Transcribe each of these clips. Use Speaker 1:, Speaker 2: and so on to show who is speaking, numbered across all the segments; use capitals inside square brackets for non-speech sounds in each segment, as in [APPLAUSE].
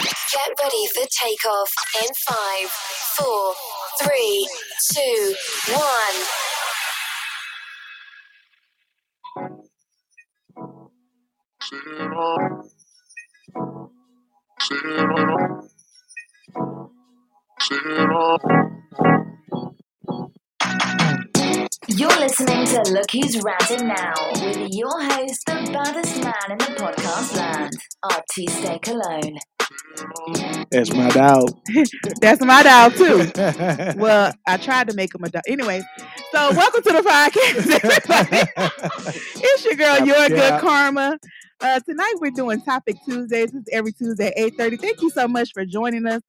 Speaker 1: Get ready for takeoff in five, four, three, two, one. You're listening to Look Who's Ranting Now with your host, the baddest man in the podcast land, Artiste Cologne.
Speaker 2: That's my dog.
Speaker 3: That's my dog too. Well, I tried to make him a dog. Anyways, so welcome to the
Speaker 2: [LAUGHS]
Speaker 3: podcast, everybody. It's your girl,
Speaker 2: Shout
Speaker 3: your
Speaker 2: out.
Speaker 3: good karma. Uh, tonight we're doing Topic Tuesdays. It's every Tuesday at 8.30. Thank you so much for joining us.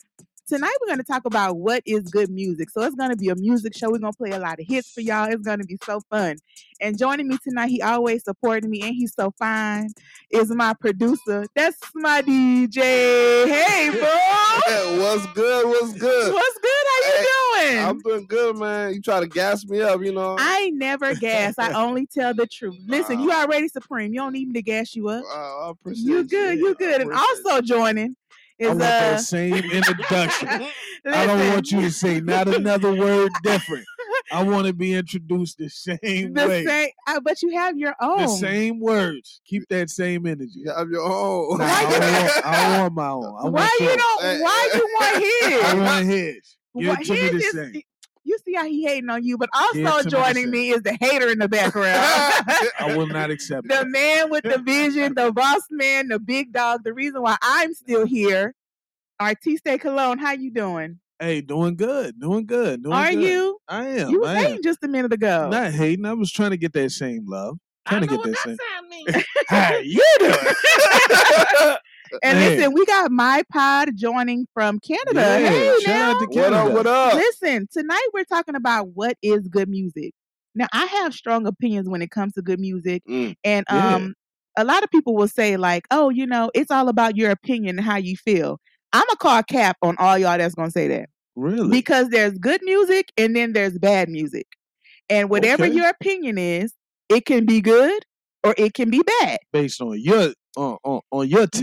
Speaker 3: Tonight we're going to talk about what is good music. So it's going to be a music show. We're going to play a lot of hits for y'all. It's going to be so fun. And joining me tonight, he always supporting me and he's so fine, is my producer. That's my DJ. Hey, bro.
Speaker 4: [LAUGHS] Hey, what's good? What's good?
Speaker 3: What's good? How you doing?
Speaker 4: I'm doing good, man. You try to gas me up, you know.
Speaker 3: I never gas.
Speaker 2: [LAUGHS]
Speaker 3: I only tell the truth. Listen, you
Speaker 4: Wow.
Speaker 3: already supreme. You don't need me to gas you up.
Speaker 4: I appreciate
Speaker 3: You good. You good. And also joining
Speaker 2: I
Speaker 3: is
Speaker 2: want that
Speaker 3: uh.
Speaker 2: same
Speaker 3: [LAUGHS]
Speaker 2: introduction. I don't
Speaker 3: listen,
Speaker 2: want you to say not another word
Speaker 3: [LAUGHS]
Speaker 2: different. I want to be introduced the same
Speaker 3: the
Speaker 2: way.
Speaker 3: same. uh, but you have your own.
Speaker 2: The same words. Keep that same energy.
Speaker 4: You have your own.
Speaker 2: Nah, I, don't want, I don't want my own. I want
Speaker 3: why you
Speaker 2: yours.
Speaker 3: don't?
Speaker 4: Hey,
Speaker 3: Why
Speaker 4: hey.
Speaker 3: you want
Speaker 2: [LAUGHS] I
Speaker 3: his?
Speaker 2: want his. Give
Speaker 3: Why-
Speaker 2: it to me the
Speaker 3: his is-
Speaker 2: same.
Speaker 3: You see how he hating on you, but
Speaker 2: Give it to me
Speaker 3: also
Speaker 2: the
Speaker 3: joining
Speaker 2: same.
Speaker 3: me is the hater
Speaker 2: [LAUGHS]
Speaker 3: in the background.
Speaker 2: I will not accept
Speaker 3: [LAUGHS] the
Speaker 2: it.
Speaker 3: man with the vision, the boss man, the big dog. The reason why I'm still here, Artiste Cologne. How you doing?
Speaker 2: Hey, doing good. Doing good. Doing
Speaker 3: Are
Speaker 2: good.
Speaker 3: you?
Speaker 2: I am.
Speaker 3: You was
Speaker 2: I am.
Speaker 3: hating just a minute ago.
Speaker 2: Not hating. I was trying to get that same love. Trying to get that same.
Speaker 5: sound means.
Speaker 2: How you doing?
Speaker 3: and
Speaker 2: Man.
Speaker 3: listen, we got my pod joining from Canada.
Speaker 2: Yeah,
Speaker 3: hey
Speaker 2: shout
Speaker 3: now,
Speaker 2: out to
Speaker 4: [LAUGHS] what
Speaker 2: Canada.
Speaker 4: up? What up?
Speaker 3: listen. Tonight we're talking about what is good music. Now I have strong opinions when it comes to good music,
Speaker 4: Mm.
Speaker 3: and
Speaker 2: Yeah.
Speaker 3: um, a lot of people will say like, "Oh, you know, it's all about your opinion and how you feel." I'm gonna call cap on all y'all that's gonna say that.
Speaker 2: Really?
Speaker 3: because there's good music and then there's bad music. And whatever
Speaker 2: Okay.
Speaker 3: your opinion is, it can be good or it can be bad.
Speaker 2: Based on your on on, on your taste.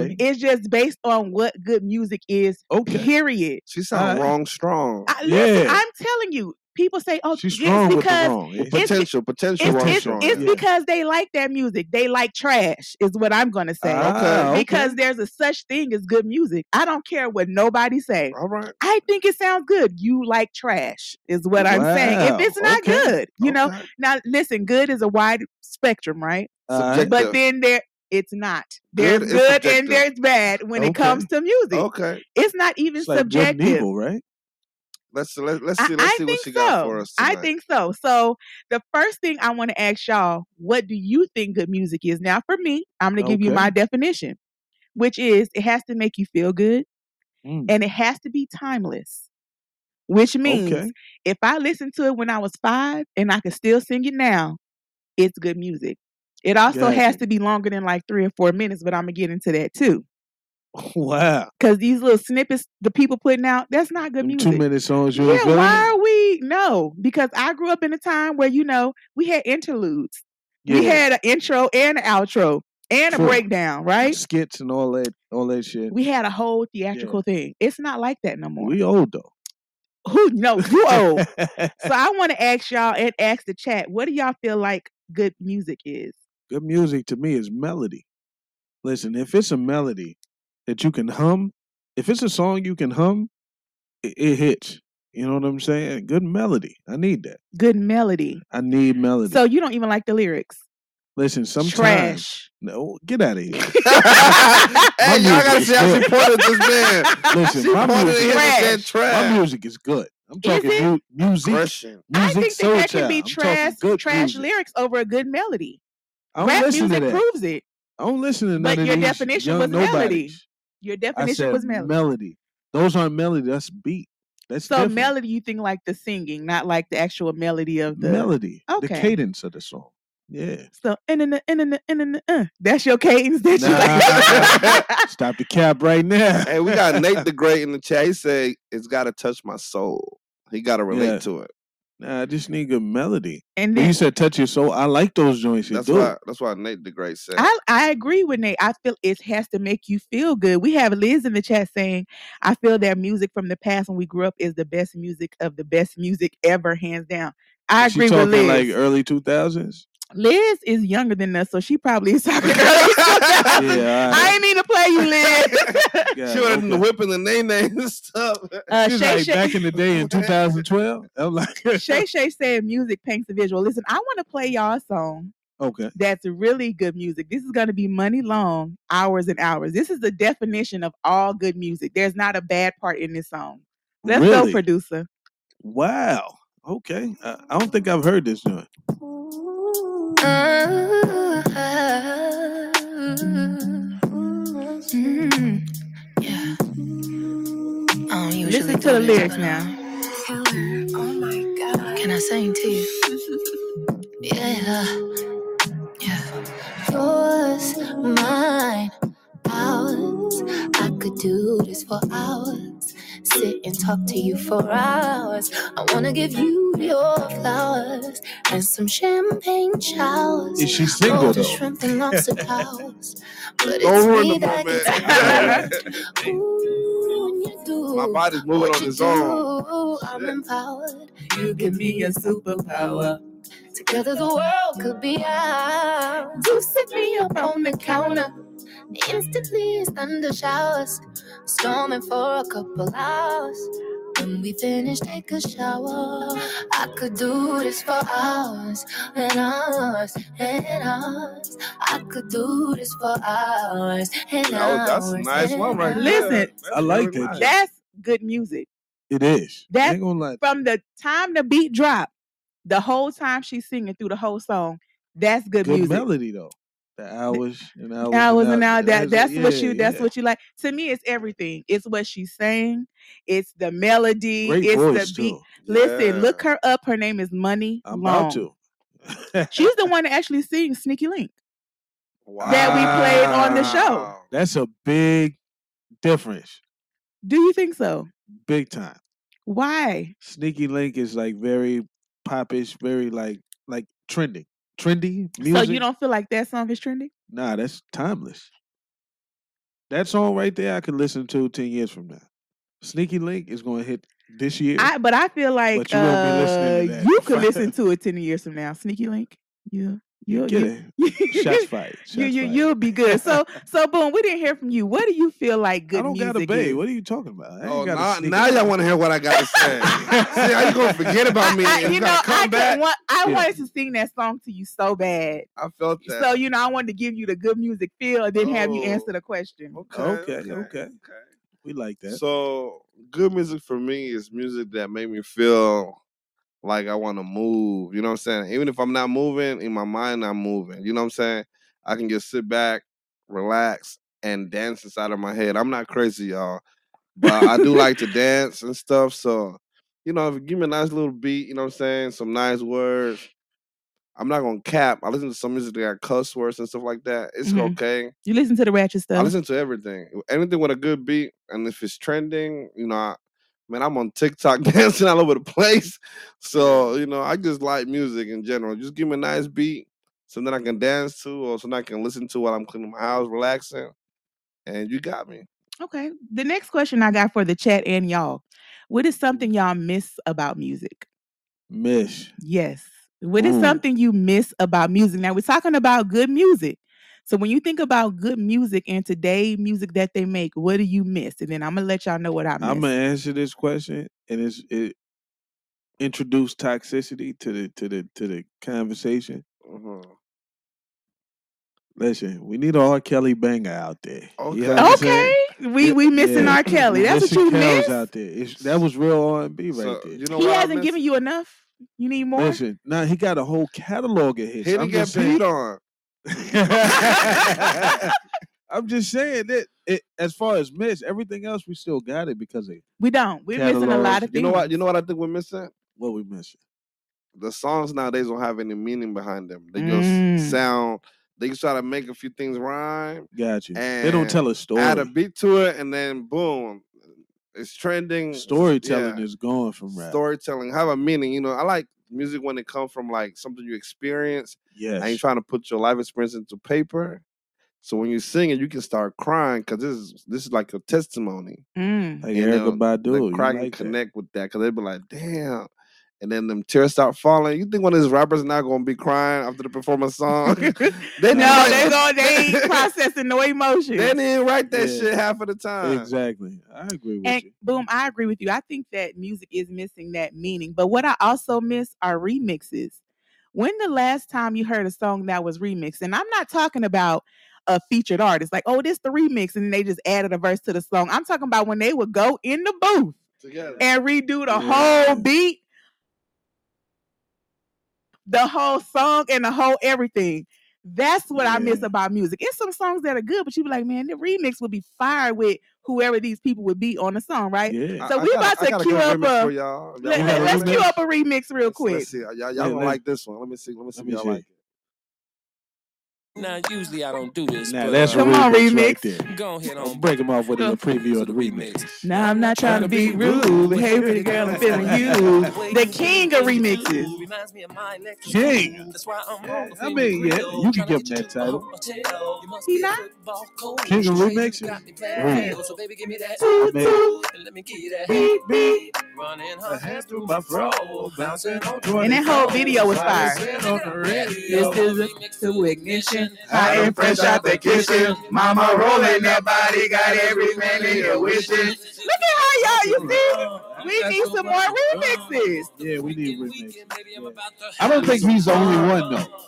Speaker 2: [LAUGHS] right?
Speaker 3: it's just based on what good music is,
Speaker 2: Okay.
Speaker 3: period.
Speaker 4: She sound
Speaker 2: Alright.
Speaker 4: wrong strong.
Speaker 3: I, listen,
Speaker 2: Yeah.
Speaker 3: I'm telling you, people say, oh,
Speaker 2: She's
Speaker 3: it's
Speaker 2: strong with the
Speaker 3: because
Speaker 2: wrong. It's-
Speaker 3: it's-
Speaker 4: potential, potential
Speaker 3: it's,
Speaker 4: wrong
Speaker 3: it's,
Speaker 4: strong.
Speaker 3: it's
Speaker 2: yeah.
Speaker 3: because they like that music. They like trash, is what I'm going to say.
Speaker 2: Ah, okay.
Speaker 3: Because there's a such thing as good music. I don't care what nobody say.
Speaker 4: All right.
Speaker 3: I think it sounds good. You like trash, is what I'm saying. If
Speaker 2: Wow,
Speaker 3: it's not
Speaker 2: okay,
Speaker 3: good, you know,
Speaker 4: okay.
Speaker 3: now listen, good is a wide spectrum, right?
Speaker 2: Alright.
Speaker 3: But
Speaker 4: Yeah.
Speaker 3: then there it's not. There's
Speaker 4: Good
Speaker 3: good,
Speaker 4: is
Speaker 3: and
Speaker 4: subjective.
Speaker 3: there's bad when it
Speaker 2: Okay.
Speaker 3: comes to music.
Speaker 4: Okay.
Speaker 3: It's not even
Speaker 2: It's like good and
Speaker 3: subjective.
Speaker 2: evil, right? [LAUGHS]
Speaker 4: Let's see. Let's, let's
Speaker 3: I,
Speaker 4: see. Let's
Speaker 3: I
Speaker 4: see
Speaker 3: think
Speaker 4: what she
Speaker 3: so.
Speaker 4: got for us
Speaker 3: I
Speaker 4: tonight.
Speaker 3: think so. So the first thing I want to ask y'all, what do you think good music is? Now for me, I'm gonna give you
Speaker 2: Okay.
Speaker 3: my definition, which is it has to make you feel good
Speaker 2: Mm,
Speaker 3: and it has to be timeless. Which means
Speaker 2: okay.
Speaker 3: if I listened to it when I was five and I can still sing it now, it's good music. It also
Speaker 2: Gotcha.
Speaker 3: has to be longer than like three or four minutes, but I'm gonna get into that too.
Speaker 2: Wow.
Speaker 3: Cause these little snippets the people putting out, that's not good
Speaker 2: Them
Speaker 3: music.
Speaker 2: two minute songs you
Speaker 3: yeah,
Speaker 2: ain't feeling
Speaker 3: why
Speaker 2: it?
Speaker 3: are we no? Because I grew up in a time where you know we had interludes. We
Speaker 2: Yeah.
Speaker 3: had an intro and an outro and
Speaker 2: True.
Speaker 3: a breakdown, right?
Speaker 2: skits and all that all that shit.
Speaker 3: We had a whole theatrical thing. It's not like that no more.
Speaker 2: We old though.
Speaker 3: [LAUGHS] Who knows? You old.
Speaker 2: [LAUGHS]
Speaker 3: So I want to ask y'all and ask the chat, what do y'all feel like good music is?
Speaker 2: good music to me is melody. Listen, if it's a melody that you can hum, if it's a song you can hum, it, it hits. You know what I'm saying? Good melody. I need that.
Speaker 3: Good melody.
Speaker 2: I need melody.
Speaker 3: So you don't even like the lyrics.
Speaker 2: Listen, sometimes
Speaker 3: Trash.
Speaker 2: no, get out of here.
Speaker 4: hey, y'all gotta
Speaker 2: music
Speaker 4: see how
Speaker 2: is
Speaker 4: she
Speaker 2: good.
Speaker 4: pointed this man.
Speaker 2: Listen,
Speaker 3: [LAUGHS]
Speaker 4: She
Speaker 2: my
Speaker 4: pointed
Speaker 2: music,
Speaker 4: at him and said
Speaker 2: my
Speaker 4: trash.
Speaker 2: music is good. I'm talking
Speaker 3: it?
Speaker 2: mu- music,
Speaker 4: Aggression.
Speaker 3: I
Speaker 2: music,
Speaker 3: think that
Speaker 2: soul
Speaker 3: there can be
Speaker 2: child. I'm talking
Speaker 3: trash,
Speaker 2: good
Speaker 3: trash
Speaker 2: music.
Speaker 3: lyrics over a good melody.
Speaker 2: I don't
Speaker 3: Rap
Speaker 2: listen
Speaker 3: music
Speaker 2: to that.
Speaker 3: proves it.
Speaker 2: I don't listen to none
Speaker 3: But
Speaker 2: of
Speaker 3: your
Speaker 2: these
Speaker 3: definition
Speaker 2: young
Speaker 3: was melody.
Speaker 2: nobodies.
Speaker 3: Your
Speaker 2: I
Speaker 3: definition
Speaker 2: said
Speaker 3: was melody.
Speaker 2: Those aren't melody. That's beat. That's
Speaker 3: so
Speaker 2: different.
Speaker 3: melody, you think like the singing, not like the actual melody of the.
Speaker 2: melody. The
Speaker 3: Okay.
Speaker 2: cadence of the song. Yeah.
Speaker 3: So and and and and and uh, that's your cadence that you
Speaker 2: Nah.
Speaker 3: like.
Speaker 2: Stop the cap right now.
Speaker 4: Hey,
Speaker 2: [LAUGHS]
Speaker 4: we got Nate the Great in the chat. He said it's gotta touch my soul. He gotta relate
Speaker 2: Yeah.
Speaker 4: to it.
Speaker 2: Nah, I just need good melody.
Speaker 3: [LAUGHS] And
Speaker 2: When
Speaker 3: then
Speaker 2: you said touch your soul. I like those joints. You
Speaker 4: That's
Speaker 2: do.
Speaker 4: why. That's why Nate the Great said. [LAUGHS]
Speaker 3: I, I agree with Nate. I feel it has to make you feel good. We have Liz in the chat saying, I feel that music from the past when we grew up is the best music of the best music ever, hands down. I
Speaker 2: Is she
Speaker 3: agree with
Speaker 2: talking
Speaker 3: Liz.
Speaker 2: like uh, early two
Speaker 3: [LAUGHS]
Speaker 2: thousands.
Speaker 3: Liz is younger than us, so she probably
Speaker 2: [LAUGHS]
Speaker 3: is talking early 2000s.
Speaker 2: Yeah.
Speaker 3: [LAUGHS] I ain't mean to play you, Liz.
Speaker 2: Yeah,
Speaker 4: she went in the
Speaker 2: okay.
Speaker 4: whipping the name name and stuff.
Speaker 3: Uh,
Speaker 2: She's
Speaker 3: Shay
Speaker 2: like
Speaker 3: Shay-
Speaker 2: back in the day [LAUGHS] in 2012. I'm like, [LAUGHS]
Speaker 3: Shay Shay said music paints the visual. Listen, I want to play y'all a song
Speaker 2: okay,
Speaker 3: that's really good music. This is going to be money long, hours and hours. This is the definition of all good music. There's not a bad part in this song. Let's go,
Speaker 2: really?
Speaker 3: producer.
Speaker 2: wow. Okay, I, I don't think I've heard this joint.
Speaker 1: Mm, yeah. I don't usually
Speaker 3: Listen to
Speaker 1: do
Speaker 3: the
Speaker 1: this, oh
Speaker 3: lyrics
Speaker 1: but, uh,
Speaker 3: now.
Speaker 1: Can I sing to you? Yeah, yeah. Yours, mine, ours. I could do this for hours. Sit and talk to you for hours. I wanna give you your flowers and some champagne showers.
Speaker 2: Is she
Speaker 1: Oh,
Speaker 2: single
Speaker 1: the
Speaker 2: though?
Speaker 1: shrimp and lobster towers. But it's
Speaker 4: Don't ruin the
Speaker 1: me that
Speaker 4: [LAUGHS]
Speaker 1: can tell.
Speaker 4: moment.
Speaker 1: Ooh, when you do
Speaker 4: My body's moving
Speaker 1: what
Speaker 4: on
Speaker 1: you
Speaker 4: its
Speaker 1: do,
Speaker 4: own.
Speaker 1: [LAUGHS] I'm
Speaker 4: Shit.
Speaker 1: empowered. You give me a superpower. Together the world could be ours. You set me up on the counter. Instantly it's thunder showers. Storming for a couple hours. When we finish, take a shower. I could do this for hours and hours and hours. I could do this for hours and
Speaker 4: That was, that's a
Speaker 1: hours
Speaker 4: nice one
Speaker 1: and
Speaker 4: right
Speaker 3: Listen,
Speaker 4: there.
Speaker 1: hours.
Speaker 4: That's
Speaker 2: I like
Speaker 4: really
Speaker 2: that.
Speaker 4: nice.
Speaker 3: That's good music.
Speaker 2: It is. I
Speaker 3: That
Speaker 2: ain't gonna lie.
Speaker 3: from the time the beat drop, the whole time she's singing through the whole song, that's good
Speaker 2: Good
Speaker 3: music.
Speaker 2: melody though. The hours and hours
Speaker 3: I
Speaker 2: and
Speaker 3: was an
Speaker 2: hours.
Speaker 3: hour
Speaker 2: That's
Speaker 3: that that's what
Speaker 2: yeah,
Speaker 3: you that's
Speaker 2: yeah.
Speaker 3: what you like. To me, it's everything. It's what she's saying. It's the melody.
Speaker 2: Great
Speaker 3: It's the
Speaker 2: voice
Speaker 3: beat.
Speaker 2: too.
Speaker 3: Listen,
Speaker 4: Yeah.
Speaker 3: look her up. Her name is Money
Speaker 2: I'm about
Speaker 3: Long.
Speaker 2: to.
Speaker 3: She's the one that actually sings Sneaky Link that we played on the show.
Speaker 4: Wow.
Speaker 2: [LAUGHS] That's a big difference.
Speaker 3: Do you think so?
Speaker 2: Big time.
Speaker 3: Why?
Speaker 2: Sneaky Link is like very popish, very like like trending, trendy
Speaker 3: So
Speaker 2: music.
Speaker 3: you don't feel like that song is trending?
Speaker 2: nah, that's timeless. That song right there, I could listen to ten years from now. Sneaky Link is going to hit this year,
Speaker 3: I but I feel like
Speaker 2: but you won't be
Speaker 3: uh
Speaker 2: listening to that.
Speaker 3: you
Speaker 2: for
Speaker 3: could
Speaker 2: five-
Speaker 3: listen to it ten years from now. Sneaky Link. Yeah. You
Speaker 2: Get
Speaker 3: you
Speaker 2: it?
Speaker 3: [LAUGHS] you
Speaker 2: Shots fired. Shots
Speaker 3: you you
Speaker 2: fired.
Speaker 3: you'll be good. So
Speaker 2: [LAUGHS]
Speaker 3: so boom, we didn't hear from you. What do you feel like
Speaker 2: I
Speaker 3: good
Speaker 2: don't got a
Speaker 3: music
Speaker 2: babe.
Speaker 3: is?
Speaker 2: What are you talking about? I ain't
Speaker 4: Oh,
Speaker 2: got
Speaker 4: now,
Speaker 2: a sneaky
Speaker 4: now y'all
Speaker 2: link. [LAUGHS]
Speaker 4: want to hear what I got to [LAUGHS] say. See how you gonna forget about me
Speaker 3: I, I,
Speaker 4: and
Speaker 3: you
Speaker 4: you
Speaker 3: know,
Speaker 4: gotta
Speaker 3: I
Speaker 4: come
Speaker 3: just
Speaker 4: back?
Speaker 3: want I
Speaker 2: Yeah.
Speaker 3: wanted to sing that song to you so bad.
Speaker 4: I felt that.
Speaker 3: So you know, I wanted to give you the good music feel, and then have you
Speaker 4: Oh,
Speaker 3: answer the question.
Speaker 4: okay,
Speaker 2: Okay,
Speaker 4: okay,
Speaker 2: okay.
Speaker 4: okay.
Speaker 2: We like that.
Speaker 4: So good music for me is music that make me feel like I want to move. You know what I'm saying? Even if I'm not moving, in my mind I'm moving. You know what I'm saying? I can just sit back, relax, and dance inside of my head. I'm not crazy, y'all, but I do
Speaker 2: [LAUGHS]
Speaker 4: like to dance and stuff. So, you know, if you give me a nice little beat, you know what I'm saying? Some nice words. I'm not gonna cap. I listen to some music that got cuss words and stuff like that. It's
Speaker 2: Mm-hmm.
Speaker 3: Mhm.
Speaker 4: okay.
Speaker 3: You listen to the ratchet
Speaker 4: I
Speaker 3: stuff.
Speaker 4: listen to everything. Anything with a good beat, and if it's trending, you know, I, man, I'm on TikTok [LAUGHS] dancing all over the place. So you know, I just like music in general. Just give me a nice beat, something I can dance to, or something I can listen to while I'm cleaning my house, relaxing. And you got me.
Speaker 3: Okay. The next question I got for the chat and y'all: What is something y'all miss about music?
Speaker 2: Mish.
Speaker 3: Yes. What is
Speaker 4: Mm.
Speaker 2: Ooh.
Speaker 3: something you miss about music? Now we're talking about good music. So when you think about good music and today music that they make, what do you miss? And then I'm gonna let y'all know what I
Speaker 2: I'm
Speaker 3: miss.
Speaker 2: gonna answer this question, and it's it introduce toxicity to the to the to the conversation.
Speaker 4: Mhm.
Speaker 2: Listen, we need a R. Kelly banger out there. You know
Speaker 4: Okay.
Speaker 2: what I'm saying?
Speaker 3: Okay, we
Speaker 2: Yeah,
Speaker 3: we missing
Speaker 2: yeah.
Speaker 3: R. Kelly.
Speaker 2: We
Speaker 3: That's what
Speaker 2: missing
Speaker 3: you
Speaker 2: Kells
Speaker 3: miss.
Speaker 2: out there. It's, that was real R and B right
Speaker 4: So
Speaker 2: there.
Speaker 4: you know
Speaker 3: He
Speaker 4: what I
Speaker 3: hasn't
Speaker 4: miss?
Speaker 3: given you enough. You need more.
Speaker 2: Listen, now he got a whole catalog of hits.
Speaker 4: Here to
Speaker 2: I'm
Speaker 4: get
Speaker 2: just saying.
Speaker 4: peed on.
Speaker 2: [LAUGHS] I'm just saying that it, as far as miss, everything else we still got it because of
Speaker 3: We don't. We're missing a
Speaker 2: Catalogs.
Speaker 3: lot of
Speaker 4: You
Speaker 3: things.
Speaker 4: know what? You know what I think we're missing?
Speaker 2: what we missing.
Speaker 4: the songs nowadays don't have any meaning behind them. They just
Speaker 3: Mm.
Speaker 4: sound. They just try to make a few things rhyme
Speaker 2: Got you. They don't
Speaker 4: and
Speaker 2: tell a
Speaker 4: add
Speaker 2: story.
Speaker 4: a beat to it, and then boom, it's trending.
Speaker 2: Storytelling
Speaker 4: yeah.
Speaker 2: is gone from rap.
Speaker 4: Storytelling have a meaning. You know, I like music when it comes from like something you experience. I ain't
Speaker 2: yes.
Speaker 4: trying to put your life experience into paper. So when you sing it, you can start crying because this is this is like your testimony.
Speaker 3: Mm.
Speaker 2: Like
Speaker 4: and
Speaker 2: Erica
Speaker 4: they'll-
Speaker 2: Badu.
Speaker 4: The
Speaker 2: You
Speaker 4: crowd can
Speaker 2: like that.
Speaker 4: connect with that because they be like, damn. And then them tears start falling. You think one of these rappers not gonna be crying after the performance
Speaker 2: [LAUGHS]
Speaker 4: song? [LAUGHS] [LAUGHS] they didn't
Speaker 2: No,
Speaker 3: [LAUGHS] No,
Speaker 4: write-
Speaker 3: they go.
Speaker 4: [LAUGHS]
Speaker 3: They ain't processing no emotions.
Speaker 4: They didn't write that
Speaker 2: Yeah.
Speaker 4: shit half of the time.
Speaker 2: Exactly. I agree with
Speaker 3: And
Speaker 2: you.
Speaker 3: boom, I agree with you. I think that music is missing that meaning. But what I also miss are remixes. When the last time you heard a song that was remixed, and I'm not talking about a featured artist, like, oh, this the remix, and they just added a verse to the song. I'm talking about when they would go in the booth
Speaker 4: Together.
Speaker 3: and redo the
Speaker 2: Yeah.
Speaker 3: whole beat, the whole song, and the whole everything. That's what I miss
Speaker 2: Yeah.
Speaker 3: about music. It's some songs that are good, but you be like, man, the remix would be fire with whoever these people would be on the song, right?
Speaker 2: Yeah.
Speaker 3: So we
Speaker 4: got a-
Speaker 3: about to
Speaker 4: got a
Speaker 3: queue
Speaker 4: good
Speaker 3: up
Speaker 4: remix
Speaker 3: a-
Speaker 4: for y'all. Y'all
Speaker 3: Let,
Speaker 2: We
Speaker 4: want
Speaker 2: have
Speaker 3: let,
Speaker 4: a
Speaker 2: a
Speaker 3: us
Speaker 4: remix?
Speaker 3: queue up a remix real
Speaker 4: Let's-
Speaker 3: quick.
Speaker 4: Let's see. Y'all, y'all
Speaker 2: Yeah,
Speaker 4: gonna
Speaker 2: let's-
Speaker 4: like this one. Let me see. Let me see
Speaker 2: Let
Speaker 4: if
Speaker 2: me
Speaker 4: y'all like
Speaker 2: see.
Speaker 4: it.
Speaker 5: Now, usually I don't do this,
Speaker 2: Now
Speaker 5: but
Speaker 2: that's a
Speaker 5: uh,
Speaker 3: Come on,
Speaker 2: remix right
Speaker 3: remix.
Speaker 2: there.
Speaker 5: go ahead
Speaker 2: [LAUGHS] Don't
Speaker 5: on
Speaker 2: break them off with a
Speaker 3: Go.
Speaker 2: little preview
Speaker 5: to
Speaker 2: of the
Speaker 5: the
Speaker 2: remix.
Speaker 5: remix.
Speaker 3: Now I'm not trying
Speaker 5: Trying
Speaker 3: to
Speaker 5: to be
Speaker 3: be
Speaker 5: rude,
Speaker 3: rude.
Speaker 5: but
Speaker 3: Hey,
Speaker 5: you
Speaker 3: pretty
Speaker 5: pretty
Speaker 3: girl,
Speaker 5: girl,
Speaker 3: I'm
Speaker 5: I'm
Speaker 3: feeling
Speaker 5: feeling you.
Speaker 3: you.
Speaker 6: [LAUGHS]
Speaker 5: Way
Speaker 3: The
Speaker 5: you move,
Speaker 3: king of
Speaker 5: things you
Speaker 3: remixes.
Speaker 5: do reminds me of my next
Speaker 2: King.
Speaker 5: That's why I'm
Speaker 2: Yeah,
Speaker 5: all the
Speaker 2: I
Speaker 5: favorite
Speaker 2: mean, yeah,
Speaker 5: grill.
Speaker 2: you
Speaker 5: Trying
Speaker 2: can
Speaker 5: to
Speaker 2: give
Speaker 5: get
Speaker 2: them
Speaker 5: you
Speaker 2: that
Speaker 5: to a
Speaker 2: title.
Speaker 5: hotel. You must
Speaker 3: He
Speaker 5: be a
Speaker 3: not
Speaker 5: football coach.
Speaker 2: King of
Speaker 5: The way you
Speaker 2: remixes.
Speaker 5: got me playing
Speaker 2: Real.
Speaker 5: field. So baby, give me that.
Speaker 2: I
Speaker 3: too
Speaker 2: mean,
Speaker 3: too.
Speaker 5: And let me give you that
Speaker 2: beep
Speaker 5: beat.
Speaker 2: beep.
Speaker 5: Running
Speaker 2: A
Speaker 5: her hands
Speaker 2: hand through
Speaker 5: through
Speaker 2: my
Speaker 5: my
Speaker 2: fro,
Speaker 5: fro. Bouncing
Speaker 2: bouncing
Speaker 5: on
Speaker 2: on
Speaker 3: And
Speaker 2: twenty
Speaker 3: that whole
Speaker 2: four.
Speaker 3: video was
Speaker 5: That's why
Speaker 2: I
Speaker 5: they
Speaker 3: fire.
Speaker 2: listen
Speaker 5: said
Speaker 2: on
Speaker 5: on
Speaker 2: the
Speaker 5: the
Speaker 2: radio.
Speaker 5: radio.
Speaker 3: This is a
Speaker 5: Remix
Speaker 3: to
Speaker 5: to
Speaker 3: ignition.
Speaker 5: ignition.
Speaker 2: Hot
Speaker 3: Hot
Speaker 2: and
Speaker 3: and
Speaker 2: fresh
Speaker 3: fresh
Speaker 2: out
Speaker 3: out
Speaker 2: the
Speaker 3: the
Speaker 2: kitchen.
Speaker 3: kitchen.
Speaker 2: Mama
Speaker 3: Mama
Speaker 2: rolling that
Speaker 3: rolling that
Speaker 2: body,
Speaker 3: body,
Speaker 2: got
Speaker 3: got
Speaker 2: every
Speaker 3: every
Speaker 2: man
Speaker 3: man
Speaker 2: in
Speaker 3: in
Speaker 2: here
Speaker 3: here
Speaker 2: wishing.
Speaker 3: wishing. Look at how y'all, you see? We need some more
Speaker 6: Oh,
Speaker 3: remixes.
Speaker 2: Yeah, we need remixes. Yeah. I don't think he's the only one though.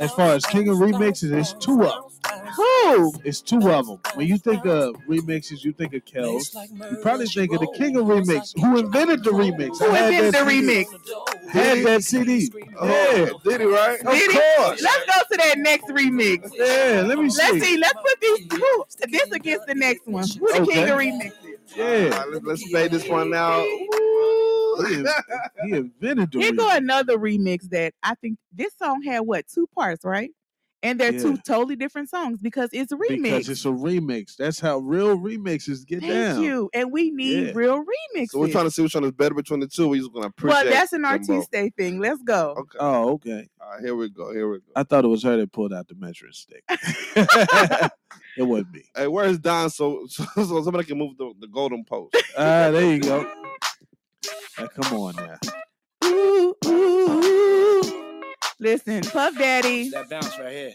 Speaker 2: As far as king of remixes, it's two of 'em.
Speaker 3: Who?
Speaker 2: It's two of them. When you think of remixes, you think of Kells. You probably think of the king of remix, who invented the remix.
Speaker 3: Who
Speaker 2: I had
Speaker 3: invented
Speaker 2: that
Speaker 3: the
Speaker 2: CD.
Speaker 3: remix?
Speaker 2: Had that CD. Yeah,
Speaker 4: Oh, did it right?
Speaker 2: of
Speaker 3: Did it?
Speaker 2: course.
Speaker 3: Let's go to that next remix.
Speaker 2: Yeah, let me
Speaker 3: Let's
Speaker 2: see.
Speaker 3: see. Let's put these who, this against the next one. Who the king
Speaker 2: Okay.
Speaker 3: of remixes?
Speaker 4: All
Speaker 2: Yeah,
Speaker 4: right, let's, let's fade this one out.
Speaker 2: he,
Speaker 4: Ooh.
Speaker 2: in- he invented the
Speaker 3: Here go
Speaker 2: remix.
Speaker 3: another remix that I think this song had what two parts, right? And they're
Speaker 2: Yeah,
Speaker 3: two totally different songs because it's a
Speaker 2: because
Speaker 3: remix.
Speaker 2: it's a remix. That's how real remixes get
Speaker 3: Thank
Speaker 2: down.
Speaker 3: you. And we need
Speaker 2: Yeah.
Speaker 3: real
Speaker 4: so we're
Speaker 3: remixes.
Speaker 4: trying to see which one is better between the two. We're just gonna
Speaker 3: Well,
Speaker 4: appreciate
Speaker 3: that's an
Speaker 4: them both.
Speaker 3: artiste thing. Let's go.
Speaker 4: Okay.
Speaker 2: Oh, okay.
Speaker 4: All right, here we go. Here we go.
Speaker 2: I thought it was her that pulled out the measuring
Speaker 3: [LAUGHS]
Speaker 2: stick. [LAUGHS] it wasn't me.
Speaker 4: Hey, where's Don? So, [LAUGHS] so, so somebody can move the, the golden post.
Speaker 2: Ah, there you go. Now, come on now.
Speaker 3: Ooh, ooh, ooh. Listen, Puff Daddy,
Speaker 5: That bounce right here.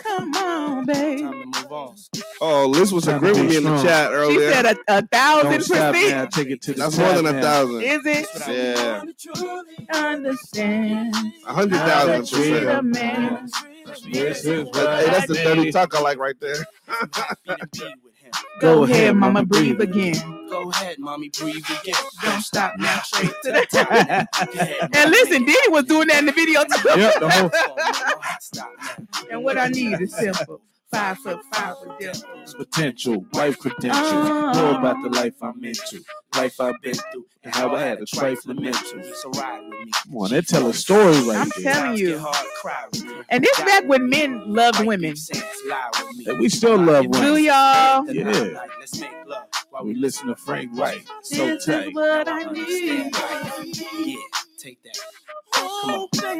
Speaker 3: come on, babe.
Speaker 5: Time to move on.
Speaker 4: Oh, Liz was
Speaker 2: Time to
Speaker 4: agreeing
Speaker 2: be
Speaker 4: with me in the
Speaker 2: strong.
Speaker 4: chat
Speaker 3: She
Speaker 4: earlier.
Speaker 3: said a, a
Speaker 2: Don't
Speaker 3: thousand
Speaker 2: stop
Speaker 3: percent.
Speaker 2: now. Take it to the
Speaker 4: That's more
Speaker 2: top
Speaker 4: than a
Speaker 2: now.
Speaker 4: thousand.
Speaker 3: Is it?
Speaker 5: That's what I
Speaker 4: Yeah,
Speaker 3: Understand
Speaker 4: a hundred
Speaker 3: how to
Speaker 4: thousand
Speaker 3: treat a
Speaker 4: percent.
Speaker 3: man.
Speaker 2: This is
Speaker 4: That, hey,
Speaker 2: right,
Speaker 4: that's the dirty
Speaker 2: baby.
Speaker 4: talk I like right there.
Speaker 3: Go
Speaker 2: Go
Speaker 3: ahead,
Speaker 2: ahead,
Speaker 3: mama,
Speaker 2: mama,
Speaker 3: breathe
Speaker 2: breathe again.
Speaker 3: again.
Speaker 5: Go ahead, mommy, breathe again.
Speaker 3: Don't stop now, straight
Speaker 5: [LAUGHS]
Speaker 3: to the top.
Speaker 2: [LAUGHS]
Speaker 3: And
Speaker 2: yep,
Speaker 3: listen, Diddy was doing that in the video too.
Speaker 2: the
Speaker 3: [LAUGHS]
Speaker 2: whole
Speaker 3: And what I need is simple. Five foot five with dimple.
Speaker 2: potential, life credentials. Know
Speaker 3: Uh-huh.
Speaker 2: about the life I'm into, life I've been through, and how I had a trifling mental.
Speaker 5: So ride with me.
Speaker 2: Come on, they tell a story right
Speaker 3: I'm
Speaker 2: there.
Speaker 3: telling you.
Speaker 5: Hard cry with me.
Speaker 3: And this back when men loved women.
Speaker 2: And we still love
Speaker 3: Do
Speaker 2: women.
Speaker 3: y'all?
Speaker 2: Yeah. We listen to Frank White. So
Speaker 3: This is
Speaker 2: tight.
Speaker 3: what I need. Oh,
Speaker 5: Yeah, take that.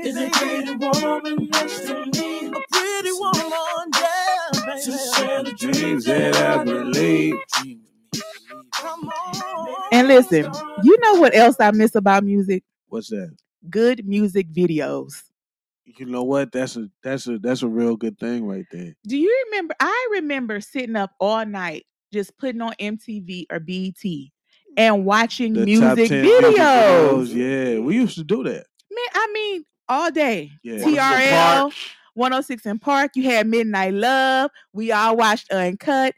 Speaker 7: Is a pretty woman next to me? A pretty woman, yeah, baby. To share the
Speaker 2: Dreams that I believe.
Speaker 5: Dream with me. Believe in me.
Speaker 7: Come on.
Speaker 3: And listen, you know what else I miss about music?
Speaker 2: What's that?
Speaker 3: Good music videos.
Speaker 2: You know what? That's a that's a that's a real good thing right there.
Speaker 3: Do you remember? I remember sitting up all night just putting on MTV or BT and watching
Speaker 2: The top
Speaker 3: music
Speaker 2: ten music videos.
Speaker 3: videos.
Speaker 2: Yeah, we used to do that.
Speaker 3: Man, I mean, all day.
Speaker 2: Yeah.
Speaker 4: 106 in
Speaker 3: TRL,
Speaker 4: Park.
Speaker 3: 106 in Park. You had Midnight Love. We all watched Uncut.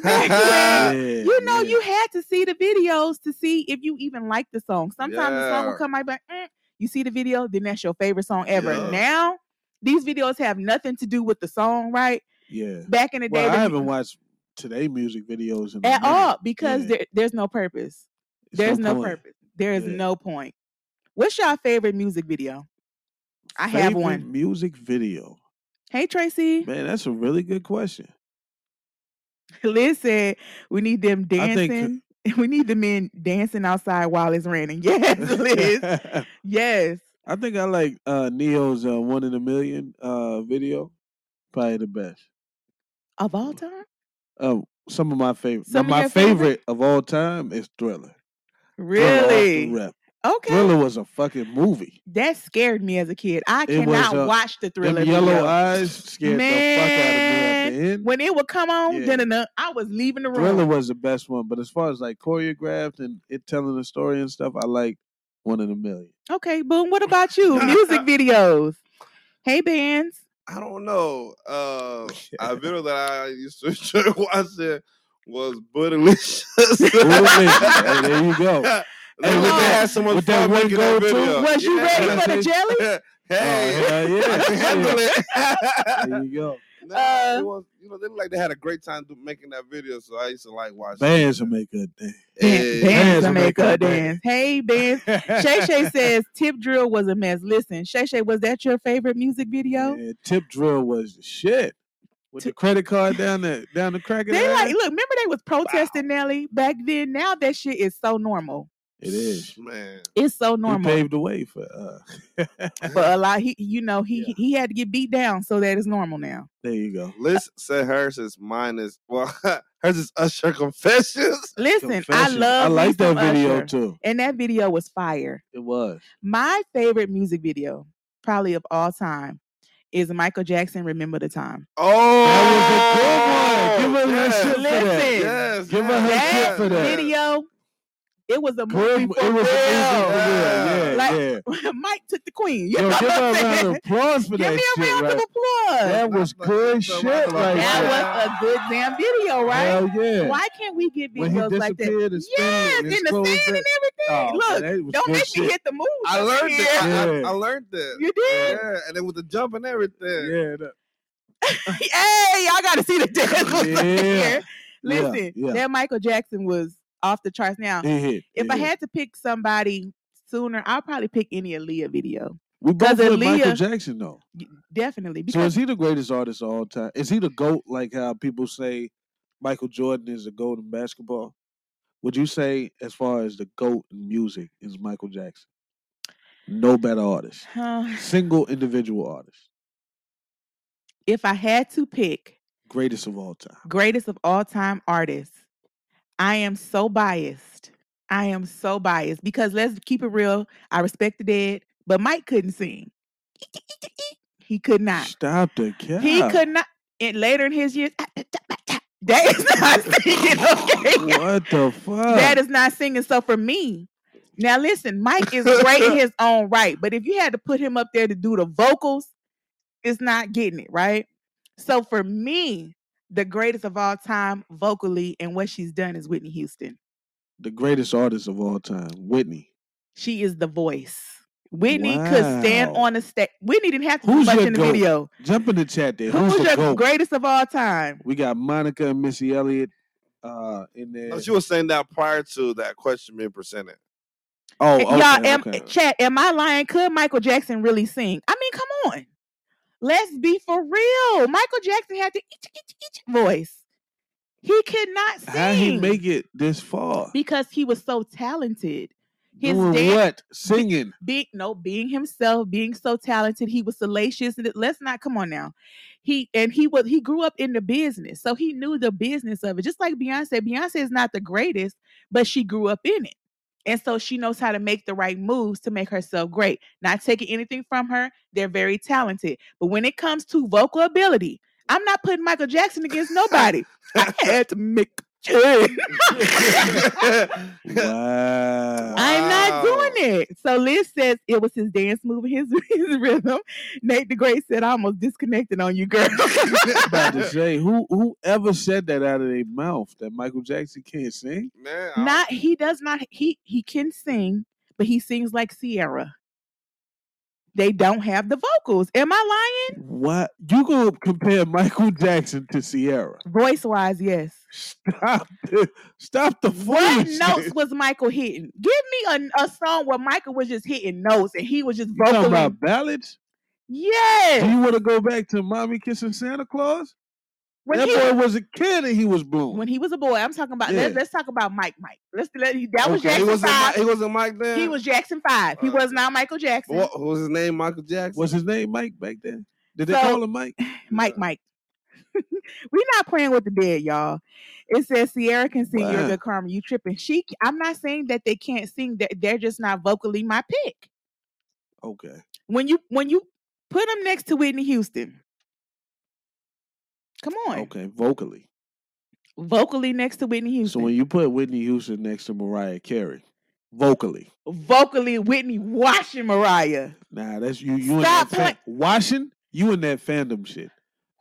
Speaker 2: [LAUGHS]
Speaker 3: back when
Speaker 2: Yeah,
Speaker 3: you know
Speaker 2: yeah.
Speaker 3: you had to see the videos to see if you even like the song. Sometimes the song will
Speaker 4: Yeah.
Speaker 3: come out, but eh, you see the video, then that's your favorite song ever.
Speaker 4: Yeah.
Speaker 3: Now these videos have nothing to do with the song, right?
Speaker 2: Yeah.
Speaker 3: Back in the day,
Speaker 2: Well,
Speaker 3: the
Speaker 2: I
Speaker 3: mu-
Speaker 2: haven't watched today music videos in a minute.
Speaker 3: at all because
Speaker 2: Yeah.
Speaker 3: there, there's no purpose.
Speaker 2: It's no
Speaker 3: There's no
Speaker 2: point.
Speaker 3: purpose. There is
Speaker 2: Yeah.
Speaker 3: no point. What's your favorite music video? I have
Speaker 2: Favorite
Speaker 3: one.
Speaker 2: music video?
Speaker 3: Hey Tracy,
Speaker 2: Man, that's a really good question.
Speaker 3: [LAUGHS] listen, we need them
Speaker 2: I think
Speaker 3: dancing. [LAUGHS] We need the men dancing outside while it's raining.
Speaker 2: [LAUGHS]
Speaker 3: Yes, Liz. yes.
Speaker 2: I think I like uh, Neo's uh, "One in a Million uh, video, probably the best.
Speaker 3: Of all time?
Speaker 2: Um, some of my favorites. Now,
Speaker 3: Some of
Speaker 2: my
Speaker 3: your favorite?
Speaker 2: favorite? of all time is Thriller. Thriller off the
Speaker 3: Really?
Speaker 2: rip.
Speaker 3: Okay.
Speaker 2: Thriller was a fucking movie.
Speaker 3: That scared me as a kid. I
Speaker 2: It was,
Speaker 3: cannot
Speaker 2: uh,
Speaker 3: watch the thriller.
Speaker 2: Them yellow
Speaker 3: video.
Speaker 2: eyes scared the fuck out of me at the end.
Speaker 3: When it would come on,
Speaker 2: Yeah.
Speaker 3: then dun, I was leaving the room.
Speaker 2: Thriller was the best one, but as far as like choreographed and it telling the story and stuff, I like One in a Million.
Speaker 3: Okay, boom. What about you?
Speaker 2: [LAUGHS]
Speaker 3: Music videos. Hey, bands.
Speaker 4: I don't know. Uh,
Speaker 2: [LAUGHS]
Speaker 4: a video that I used to [LAUGHS] enjoy watching was Bootylicious.
Speaker 2: Bootylicious. Hey, there you
Speaker 3: [LAUGHS]
Speaker 2: go.
Speaker 4: Hey,
Speaker 2: Hey,
Speaker 4: [LAUGHS] they
Speaker 3: with that-
Speaker 4: had so much
Speaker 2: with that
Speaker 4: fun
Speaker 2: one
Speaker 4: making that
Speaker 2: gold tooth,
Speaker 4: video.
Speaker 3: Was you
Speaker 2: Uh, yeah,
Speaker 3: ready for the
Speaker 2: that's
Speaker 3: jelly?
Speaker 4: [LAUGHS] Hey,
Speaker 2: Oh, hell yeah.
Speaker 4: [LAUGHS] I
Speaker 3: [LAUGHS]
Speaker 4: can
Speaker 2: [LAUGHS]
Speaker 4: handle it.
Speaker 2: There you go.
Speaker 4: Nah,
Speaker 3: Uh,
Speaker 4: it was, you know, they looked like they had a great time do, making that video, so I used to like watching.
Speaker 2: Bands will make a day.
Speaker 3: Ban-
Speaker 4: Hey,
Speaker 3: Bands
Speaker 2: bands
Speaker 3: to
Speaker 2: will
Speaker 3: make
Speaker 2: make
Speaker 3: her
Speaker 2: her dance.
Speaker 3: dance. Hey, bands. Shay Shay
Speaker 2: [LAUGHS]
Speaker 3: says tip drill was a mess. Listen, Shay Shay, was that your favorite music video?
Speaker 2: Yeah, tip drill was the shit. With the credit card down the down the crack of
Speaker 3: They
Speaker 2: the
Speaker 3: like
Speaker 2: ass.
Speaker 3: look. Remember they was protesting Nelly back then. Now that shit is so normal.
Speaker 2: It is.
Speaker 4: man.
Speaker 3: It's so
Speaker 2: Normal.
Speaker 3: normal.
Speaker 2: paved the way for uh
Speaker 3: But a lot, he you know he
Speaker 2: Yeah.
Speaker 3: he had to get beat down, so that is normal now.
Speaker 2: there you go.
Speaker 4: Liz said hers is mine is well, [LAUGHS] hers is Usher confessions.
Speaker 3: Listen, I
Speaker 2: Confessions.
Speaker 3: love.
Speaker 2: I
Speaker 3: me
Speaker 2: like that
Speaker 3: some
Speaker 2: video
Speaker 3: Usher.
Speaker 2: too.
Speaker 3: and that video was fire.
Speaker 2: It was.
Speaker 3: My favorite music video, probably of all time, is Michael Jackson "Remember the Time."
Speaker 4: Oh,
Speaker 2: That was a good one. Give her her shit for that.
Speaker 3: Listen,
Speaker 4: Yes,
Speaker 2: Give her her
Speaker 4: yes,
Speaker 2: shit
Speaker 3: that
Speaker 4: yes,
Speaker 2: for that.
Speaker 4: yes.
Speaker 3: video, it was a
Speaker 2: Good-
Speaker 3: movie
Speaker 2: it
Speaker 3: for
Speaker 2: was amazing for real. Yeah,
Speaker 4: Yeah.
Speaker 3: Like,
Speaker 2: yeah.
Speaker 3: [LAUGHS] Mike took the queen. You
Speaker 2: Yo,
Speaker 3: know
Speaker 2: give her
Speaker 3: what
Speaker 2: a
Speaker 3: I'm
Speaker 2: round
Speaker 3: saying?
Speaker 2: of applause for
Speaker 3: Give
Speaker 2: that
Speaker 3: me a
Speaker 2: shit
Speaker 3: round
Speaker 2: right
Speaker 3: of applause.
Speaker 2: That
Speaker 4: Not
Speaker 2: was
Speaker 4: like
Speaker 2: good
Speaker 4: that,
Speaker 2: shit
Speaker 4: like
Speaker 2: right
Speaker 4: a-
Speaker 2: there.
Speaker 4: That
Speaker 3: That was a good damn video, right?
Speaker 2: Hell yeah.
Speaker 3: Why can't we get
Speaker 2: When he
Speaker 3: videos like that?
Speaker 2: disappeared, his
Speaker 3: Yes,
Speaker 2: family,
Speaker 3: in
Speaker 2: his
Speaker 3: the sand
Speaker 2: clothes,
Speaker 3: and everything.
Speaker 2: that- Oh,
Speaker 3: Look,
Speaker 2: man, that was
Speaker 3: don't
Speaker 2: good
Speaker 3: make me
Speaker 2: shit.
Speaker 3: hit the moves.
Speaker 4: I
Speaker 3: over
Speaker 4: learned
Speaker 3: here.
Speaker 4: that. I, I-
Speaker 2: Yeah.
Speaker 4: I learned that.
Speaker 3: You did?
Speaker 4: Yeah, and then with the jump and everything.
Speaker 2: Yeah, that-
Speaker 3: [LAUGHS] hey, y'all got to see the dance moves over
Speaker 2: Yeah.
Speaker 3: here.
Speaker 2: Yeah,
Speaker 3: Listen,
Speaker 2: yeah.
Speaker 3: that Michael Jackson was off the charts. Now,
Speaker 2: it hit.
Speaker 3: if
Speaker 2: it
Speaker 3: I
Speaker 2: hit.
Speaker 3: had to pick somebody sooner, I'll probably pick any Aaliyah video.
Speaker 2: we both
Speaker 3: 'cause
Speaker 2: with Michael
Speaker 3: Aaliyah-
Speaker 2: Jackson though.
Speaker 3: Definitely.
Speaker 2: So
Speaker 3: Because
Speaker 2: is he the greatest artist of all time? Is he the goat? Like how people say Michael Jordan is the goat in basketball. Would you say, as far as the goat in music, is Michael Jackson? No better artist,
Speaker 3: huh,
Speaker 2: single individual artist,
Speaker 3: if I had to pick
Speaker 2: greatest of all time.
Speaker 3: greatest of all time artists, I am so biased. I am so biased because let's keep it real. I respect the dead, but Mike couldn't sing. He could not.
Speaker 2: Stop the cat.
Speaker 3: He could not. And later in his years, "Ah, that is [LAUGHS]
Speaker 2: [LAUGHS]
Speaker 3: not singing. Okay,
Speaker 2: What the fuck?
Speaker 3: that is not singing. So for me, now listen, Mike is great in his own right, but if you had to put him up there to do the vocals, it's not getting it right. So for me, the greatest of all time vocally and what she's done is Whitney Houston.
Speaker 2: the greatest artist of all time, Whitney.
Speaker 3: She is the voice. Whitney could stand
Speaker 2: Wow.
Speaker 3: on a stage. Whitney didn't have to do
Speaker 2: Who's
Speaker 3: much
Speaker 2: your
Speaker 3: in the
Speaker 2: goat?
Speaker 3: video.
Speaker 2: Jump in the chat there.
Speaker 3: Who
Speaker 2: Who's,
Speaker 3: was
Speaker 2: the
Speaker 3: your
Speaker 2: goat?
Speaker 3: greatest of all time?
Speaker 2: We got Monica and Missy Elliott uh, in there.
Speaker 4: No, Oh, she was saying that prior to that question being
Speaker 3: [LAUGHS]
Speaker 4: presented.
Speaker 2: oh,
Speaker 3: Eh,
Speaker 2: okay,
Speaker 3: Y'all, am,
Speaker 2: okay.
Speaker 3: chat, am I lying? Could Michael Jackson really sing? I mean, come on. Let's be for real. Michael Jackson had the itch, itch, itch voice. He could not sing
Speaker 2: How he make it this far?
Speaker 3: because he was so talented. His
Speaker 2: Doing
Speaker 3: dance [LAUGHS]
Speaker 2: what? Singing. [LAUGHS]
Speaker 3: being no being himself being so talented he was salacious and it- let's not come on now he and he was he grew up in the business so he knew the business of it just like beyonce beyonce is not the greatest but she grew up in it and so she knows how to make the right moves to make herself great not taking anything from her they're very talented but when it comes to vocal ability i'm not putting michael jackson against nobody i had to make a choice.
Speaker 2: Wow.
Speaker 3: I'm not
Speaker 2: Oh.
Speaker 4: Wow.
Speaker 3: doing it. So Liz says it was his dance move and his, [LAUGHS] his rhythm. Nate the Great said I almost disconnected on
Speaker 2: [LAUGHS]
Speaker 3: you, girl.
Speaker 2: about [LAUGHS] to say who whoever said that out of their mouth that Michael Jackson can't sing.
Speaker 4: [LAUGHS] Man, I-
Speaker 3: not he does not he he can sing, but he sings like Sierra. They don't have the vocals. Am I
Speaker 2: What you gonna compare Michael Jackson to Sierra? [LAUGHS]
Speaker 3: lying? Voice wise, yes.
Speaker 2: Stop! The, stop the
Speaker 3: What
Speaker 2: foolishness.
Speaker 3: notes was Michael hitting? Give me a, a song where Michael was just hitting notes and he was just
Speaker 2: You talking
Speaker 3: vocaling.
Speaker 2: about ballads? Do
Speaker 3: Yes.
Speaker 2: you want to go back to "Mommy Kissing Santa Claus"?
Speaker 3: When
Speaker 2: that
Speaker 3: he,
Speaker 2: boy was a kid and he was blown.
Speaker 3: when he was a boy, I'm talking about.
Speaker 2: Yeah.
Speaker 3: Let's, let's talk about Mike. Mike. Let's let he- that was
Speaker 2: Okay.
Speaker 4: He
Speaker 3: Jackson
Speaker 4: wasn't. Mi-
Speaker 3: Five.
Speaker 4: He wasn't Mike then.
Speaker 3: He was Jackson Five. He
Speaker 4: Uh,
Speaker 3: was not Michael Jackson.
Speaker 4: What, what was his name? Michael Jackson.
Speaker 2: was his name Mike back then? Did they
Speaker 3: So-
Speaker 2: call him Mike?
Speaker 3: Mike, Mike. [LAUGHS] we not praying with the dead, y'all. It says Sierra can sing your
Speaker 2: Wow.
Speaker 3: good karma. You tripping? She. I'm not saying that they can't sing. That they're just not vocally my pick.
Speaker 2: Okay.
Speaker 3: When you when you put them next to Whitney Houston, come on,
Speaker 2: Okay. Vocally.
Speaker 3: vocally next to Whitney
Speaker 2: So
Speaker 3: Houston,
Speaker 2: when you put Whitney Houston next to Mariah Carey, vocally.
Speaker 3: vocally Whitney washing Mariah.
Speaker 2: Nah, that's you. You in that
Speaker 3: Stop
Speaker 2: fan- washing. You in that fandom shit.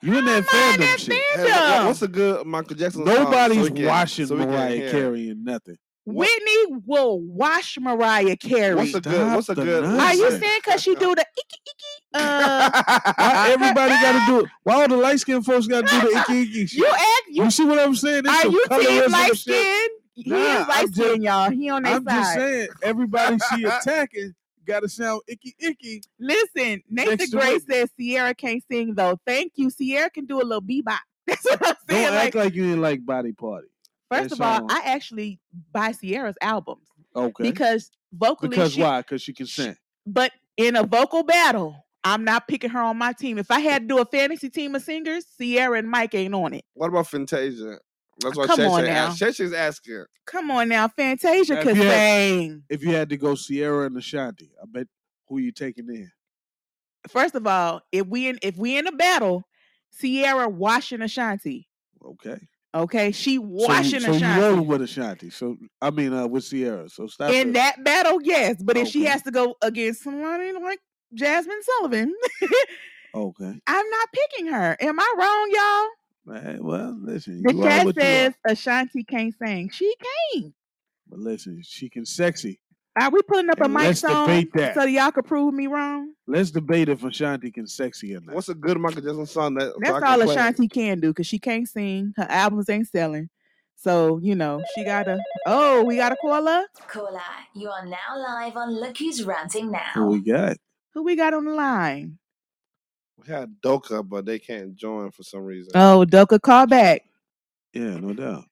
Speaker 2: You in that
Speaker 3: Am I
Speaker 2: fandom
Speaker 3: in that
Speaker 2: shit.
Speaker 4: Hey, what- what-
Speaker 3: fandom?
Speaker 4: what's a good Michael Jackson? song so we
Speaker 2: Nobody's
Speaker 4: can-
Speaker 2: washing
Speaker 4: so we can
Speaker 2: Mariah
Speaker 4: hear?
Speaker 2: Carey and nothing.
Speaker 4: What-
Speaker 3: Whitney will wash Mariah Carey.
Speaker 4: What's a good? What's a
Speaker 2: Stop the
Speaker 4: good?
Speaker 3: Are you
Speaker 2: nonsense.
Speaker 3: saying because she do the icky
Speaker 2: [LAUGHS]
Speaker 3: icky? Uh,
Speaker 2: Why everybody got to
Speaker 3: [LAUGHS]
Speaker 2: do it? Why all the light skinned folks got to do the icky icky shit?
Speaker 3: you ask
Speaker 2: You,
Speaker 3: you
Speaker 2: see what I'm saying? It's
Speaker 3: Are
Speaker 2: some
Speaker 3: you
Speaker 2: colorism
Speaker 3: team
Speaker 2: and
Speaker 3: light
Speaker 2: shit.
Speaker 3: skin? He
Speaker 2: Nah,
Speaker 3: is light
Speaker 2: I'm just-
Speaker 3: skin, y'all. He on
Speaker 2: I'm
Speaker 3: that
Speaker 2: just
Speaker 3: side.
Speaker 2: saying, everybody she attacking got to sound icky icky.
Speaker 3: Listen,
Speaker 2: Next
Speaker 3: Nathan
Speaker 2: to
Speaker 3: Gray
Speaker 2: Whitney.
Speaker 3: says Sierra can't sing though. Thank you. Sierra can do a little bebop. [LAUGHS] That's what I'm
Speaker 2: Don't
Speaker 3: saying. Like,
Speaker 2: act like you didn't like Body Party.
Speaker 3: first
Speaker 2: that
Speaker 3: of all,
Speaker 2: song-
Speaker 3: I actually buy Sierra's albums
Speaker 2: Okay.
Speaker 3: because vocally,
Speaker 2: Because
Speaker 3: she,
Speaker 2: why? Because she can
Speaker 3: she-
Speaker 2: sing.
Speaker 3: but in a vocal battle, I'm not picking her on my team. If I had to do a fantasy team of singers, Sierra and Mike ain't on it.
Speaker 4: What about Fantasia? That's
Speaker 3: Uh,
Speaker 4: why
Speaker 3: come on
Speaker 4: Chesha
Speaker 3: now.
Speaker 4: asked. Chesha's asking.
Speaker 3: Come on now, Fantasia
Speaker 2: Now, if
Speaker 3: could
Speaker 2: you had-
Speaker 3: sing.
Speaker 2: If you had to go Sierra and Ashanti, I bet who you taking in?
Speaker 3: First of all, if we in if we in a battle, Sierra washing Ashanti.
Speaker 2: Okay.
Speaker 3: Okay, she
Speaker 2: So you-
Speaker 3: washing
Speaker 2: so, you
Speaker 3: Ashanti
Speaker 2: rolling with Ashanti. So I mean uh, with Sierra. So stop.
Speaker 3: in
Speaker 2: it.
Speaker 3: that battle. Yes, but if she
Speaker 2: Okay.
Speaker 3: has to go against somebody like Jasmine Sullivan, [LAUGHS]
Speaker 2: Okay.
Speaker 3: I'm not picking her. Am I wrong, y'all?
Speaker 2: Hey, well, listen.
Speaker 3: The
Speaker 2: you are
Speaker 3: chat
Speaker 2: what you are.
Speaker 3: says Ashanti can't sing. She can't.
Speaker 2: But listen, she can sexy.
Speaker 3: Are we putting up a
Speaker 2: And
Speaker 3: mic
Speaker 2: let's
Speaker 3: song
Speaker 2: debate that.
Speaker 3: so that y'all can prove me wrong?
Speaker 2: Let's debate if Ashanti can sexy or not.
Speaker 4: What's a good Michael Jackson song that? so I
Speaker 3: That's
Speaker 4: can
Speaker 3: all
Speaker 4: play it?
Speaker 3: Ashanti can do because she can't sing. Her albums ain't selling. So, you know, she gotta. Oh, we got a caller?
Speaker 1: Caller, you are now live on Look Who's Ranting
Speaker 2: Who
Speaker 1: Now.
Speaker 2: we got?
Speaker 3: Who we got on the line?
Speaker 4: We had Doka, but they can't join for some reason.
Speaker 3: Oh, Doka, call back.
Speaker 2: Yeah, no doubt.